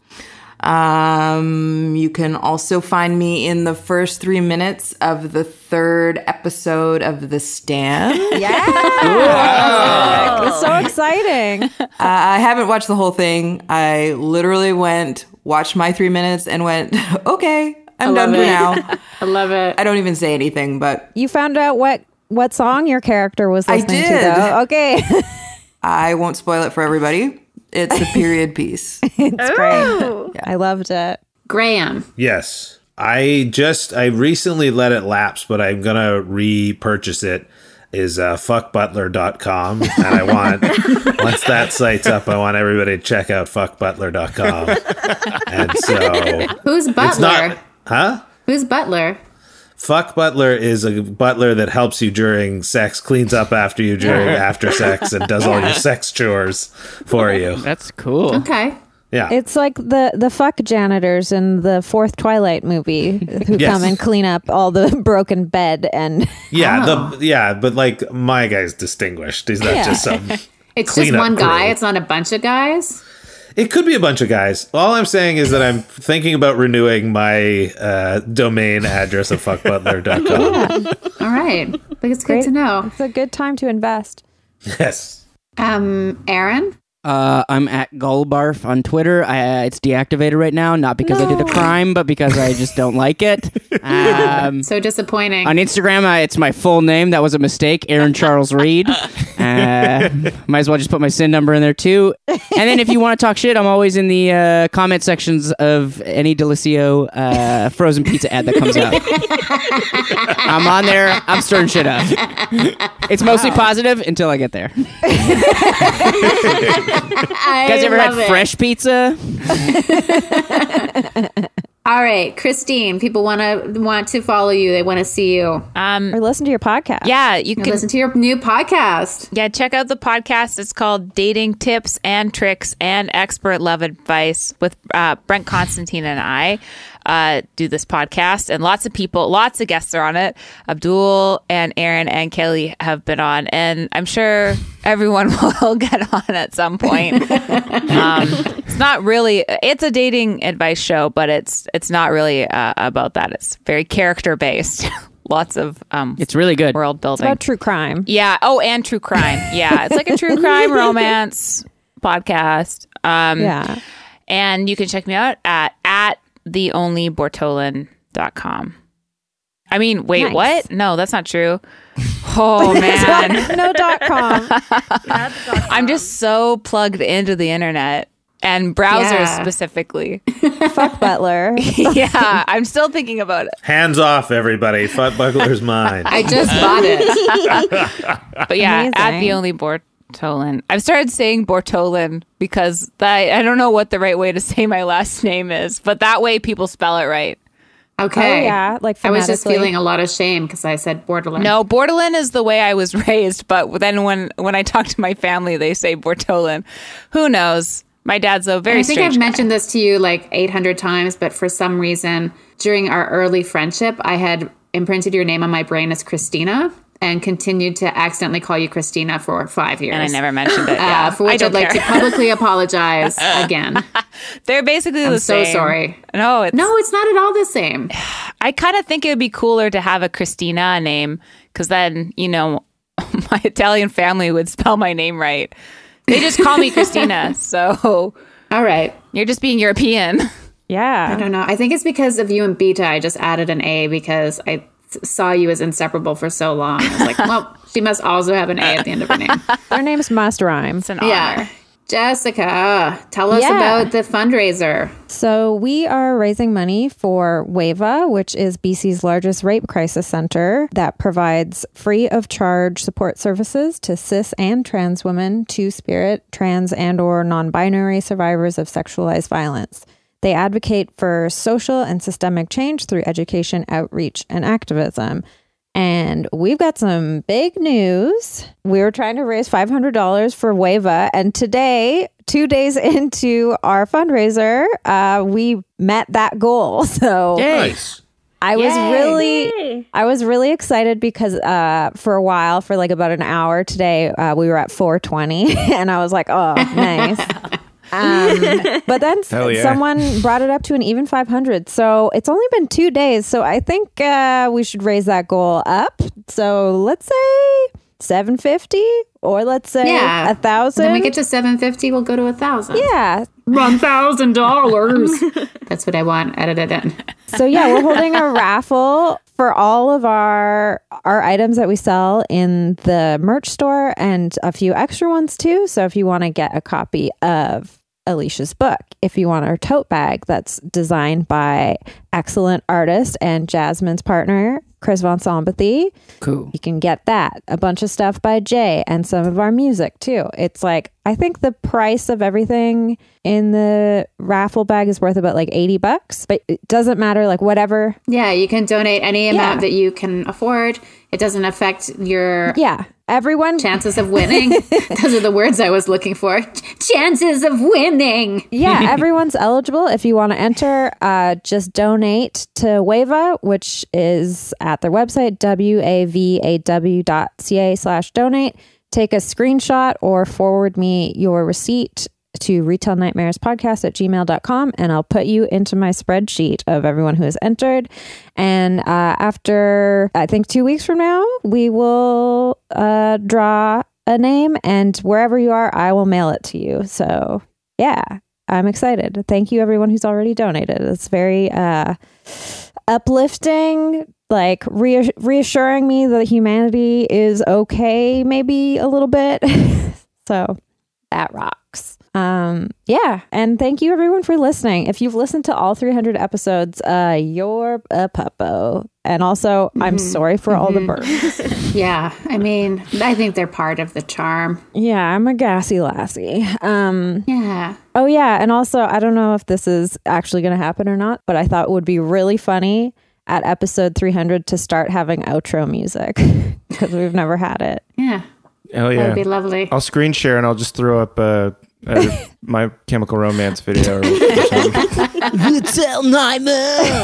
Um, you can also find me in the first three minutes of the third episode of The Stand.
Oh.
Yeah. It's so exciting.
Uh, I haven't watched the whole thing. I literally went, watched my three minutes, and went, okay, I'm done for now.
I love it.
I don't even say anything, but
You found out what what song your character was
I
listening to
did.
though. Okay.
I won't spoil it for everybody. It's a period piece.
Oh.
it's great. I loved it.
Graham,
Yes. I just I recently let it lapse, but I'm gonna repurchase it. Is uh, fuckbutler.com and I want once that site's up, I want everybody to check out fuckbutler.com. and so
Who's Butler?
Oh. it's not, huh?
Who's Butler?
Fuck butler is a butler that helps you during sex, cleans up after you during after sex, and does all your sex chores for you.
That's cool.
Okay.
Yeah,
It's like the the fuck janitors in the fourth Twilight movie who
Yes.
come and clean up all the broken bed and
yeah,
Oh.
the yeah, but like my guy's distinguished. He's not just some.
It's just
Cleanup
one guy.
crew.
It's not a bunch of guys.
It could be a bunch of guys. All I'm saying is that I'm thinking about renewing my uh, domain address of fuckbutler.com.
All right. But it's good
Great.
to know.
it's a good time to invest.
Yes.
Um, Aaron?
Uh, I'm at Gullbarf on Twitter. I, uh, it's deactivated right now, not because I did a crime, but because I just don't like it. Um,
So disappointing.
on Instagram, I, it's my full name. That was a mistake. Aaron Charles Reed. Uh, might as well just put my sin number in there too. And then if you want to talk shit, I'm always in the uh, comment sections of any Delicio uh, frozen pizza ad that comes out. I'm on there. I'm stirring shit up. It's mostly positive until I get there. You
I
guys ever had
love it.
fresh pizza?
All right, Christine. People want to want to follow you. They want to see you.
Um,
Or listen to your podcast.
yeah, you can
Listen to your new podcast.
Yeah, check out the podcast. It's called Dating Tips and Tricks and Expert Love Advice with uh, Brent Constantine and I uh, do this podcast, and lots of people, lots of guests are on it. Abdul and Aaron and Kelly have been on, and I'm sure everyone will get on at some point. um, it's not really it's a dating advice show, but it's it's not really uh, about that. It's very character based. lots of um,
It's really good.
world building.
About true crime.
Yeah. Oh, and true crime. Yeah. It's like a true crime romance podcast. Um,
Yeah.
And you can check me out at, at theonlybortolan.com. I mean, wait,
Nice.
what? No, that's not true. Oh, man.
no dot com.
I'm just so plugged into the internet and browsers
Yeah.
specifically.
Fuck Butler.
yeah. I'm still thinking about it.
Hands off, everybody. Fuckbutler's mine.
I just bought it.
But yeah, at
Amazing.
the only Bortolan. I've started saying Bortolan because that, I don't know what the right way to say my last name is, but that way people spell it right.
Okay.
Oh, yeah, like
I was just
phonetically.
feeling a lot of shame because I said borderline.
No, Bortolan is the way I was raised, but then when when I talk to my family, they say Bortolan. Who knows? My dad's a very
I think
strange.
I've mentioned this to you like 800 times, but for some reason during our early friendship, I had imprinted your name on my brain as Christina and continued to accidentally call you Christina for five years.
and I never mentioned it.
Uh,
Yeah,
for
I
which
don't
I'd like
care.
to publicly apologize again.
Uh. They're basically the
so
same.
sorry.
No, it's,
No, it's not at all the same.
I kind of think it would be cooler to have a Christina name because then, you know, my Italian family would spell my name right. They just call me Christina. So
All right.
you're just being European.
I
Yeah.
don't know. I think it's because of you and Beta. I just added an A because I s- saw you as inseparable for so long. I was like, well, she must also have an A at the end of her name.
Their names must rhyme.
It's an
Yeah.
honor.
Jessica, tell us
Yeah.
about the fundraiser.
So we are raising money for WAVA, which is BC's largest rape crisis center that provides free of charge support services to cis and trans women, two-spirit, trans and or non-binary survivors of sexualized violence. They advocate for social and systemic change through education, outreach, and activism. And we've got some big news. We were trying to raise $500 for WAVA. And today, two days into our fundraiser, uh, we met that goal. So
Nice.
I was really, I was really excited because uh, for a while, for like about an hour today, uh, we were at 420. And I was like, oh, nice. um, but then s-
Hell yeah.
someone brought it up to an even 500. So it's only been two days. So I think uh, we should raise that goal up. So let's say 750 or let's say
Yeah.
a thousand.
When we get to 750, we'll go to a 1,000.
yeah.
$1,000. That's what I want edited in.
So yeah, we're holding a raffle for all of our our items that we sell in the merch store and a few extra ones too. So if you want to get a copy of Alicia's book, if you want our tote bag that's designed by excellent artist and Jasmine's partner Chris Von Sympathy.
Cool.
You can get that. A bunch of stuff by Jay and some of our music too. It's like I think the price of everything in the raffle bag is worth about like 80 bucks, but it doesn't matter like whatever.
Yeah, you can donate any amount that you can afford. It doesn't affect your
Yeah. Everyone
chances of winning. Those are the words I was looking for. Ch- chances of winning.
yeah, everyone's eligible. If you want to enter, uh, just donate to Wava, which is at their website, wavaw.ca slash donate. Take a screenshot or forward me your receipt to retail nightmares podcast at gmail.com and I'll put you into my spreadsheet of everyone who has entered. And uh, after, I think, two weeks from now, we will uh, draw a name and wherever you are, I will mail it to you. So yeah i'm excited thank you everyone who's already donated it's very uh uplifting like reass- reassuring me that humanity is okay maybe a little bit so that rocks um yeah and thank you everyone for listening if you've listened to all 300 episodes uh you're a puppo and also i'm sorry for all the birds
Yeah, I mean, I think they're part of the charm.
yeah i'm a gassy lassie um
Yeah.
Oh yeah, and also I don't know if this is actually going to happen or not, but I thought it would be really funny at episode 300 to start having outro music because we've never had it.
Yeah.
Hell
That
yeah.
would be lovely.
I'll screen share and I'll just throw up uh, uh, my Chemical Romance video. Or something.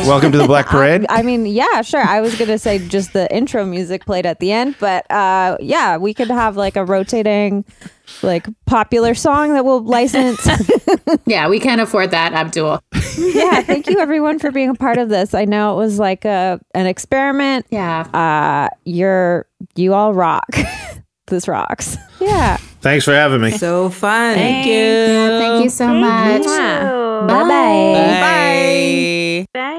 Welcome to the Black Parade.
I mean, yeah, sure. I was going to say just the intro music played at the end, but uh yeah, we could have like a rotating like popular song that we'll license.
Yeah, we can't afford that, Abdul.
yeah, thank you everyone for being a part of this. I know it was like a an experiment.
Yeah.
Uh you're you all rock. this rocks. Yeah.
Thanks for having me.
So fun.
yeah thank you so much.
Mwah.
Oh,
Bye-bye.
bye.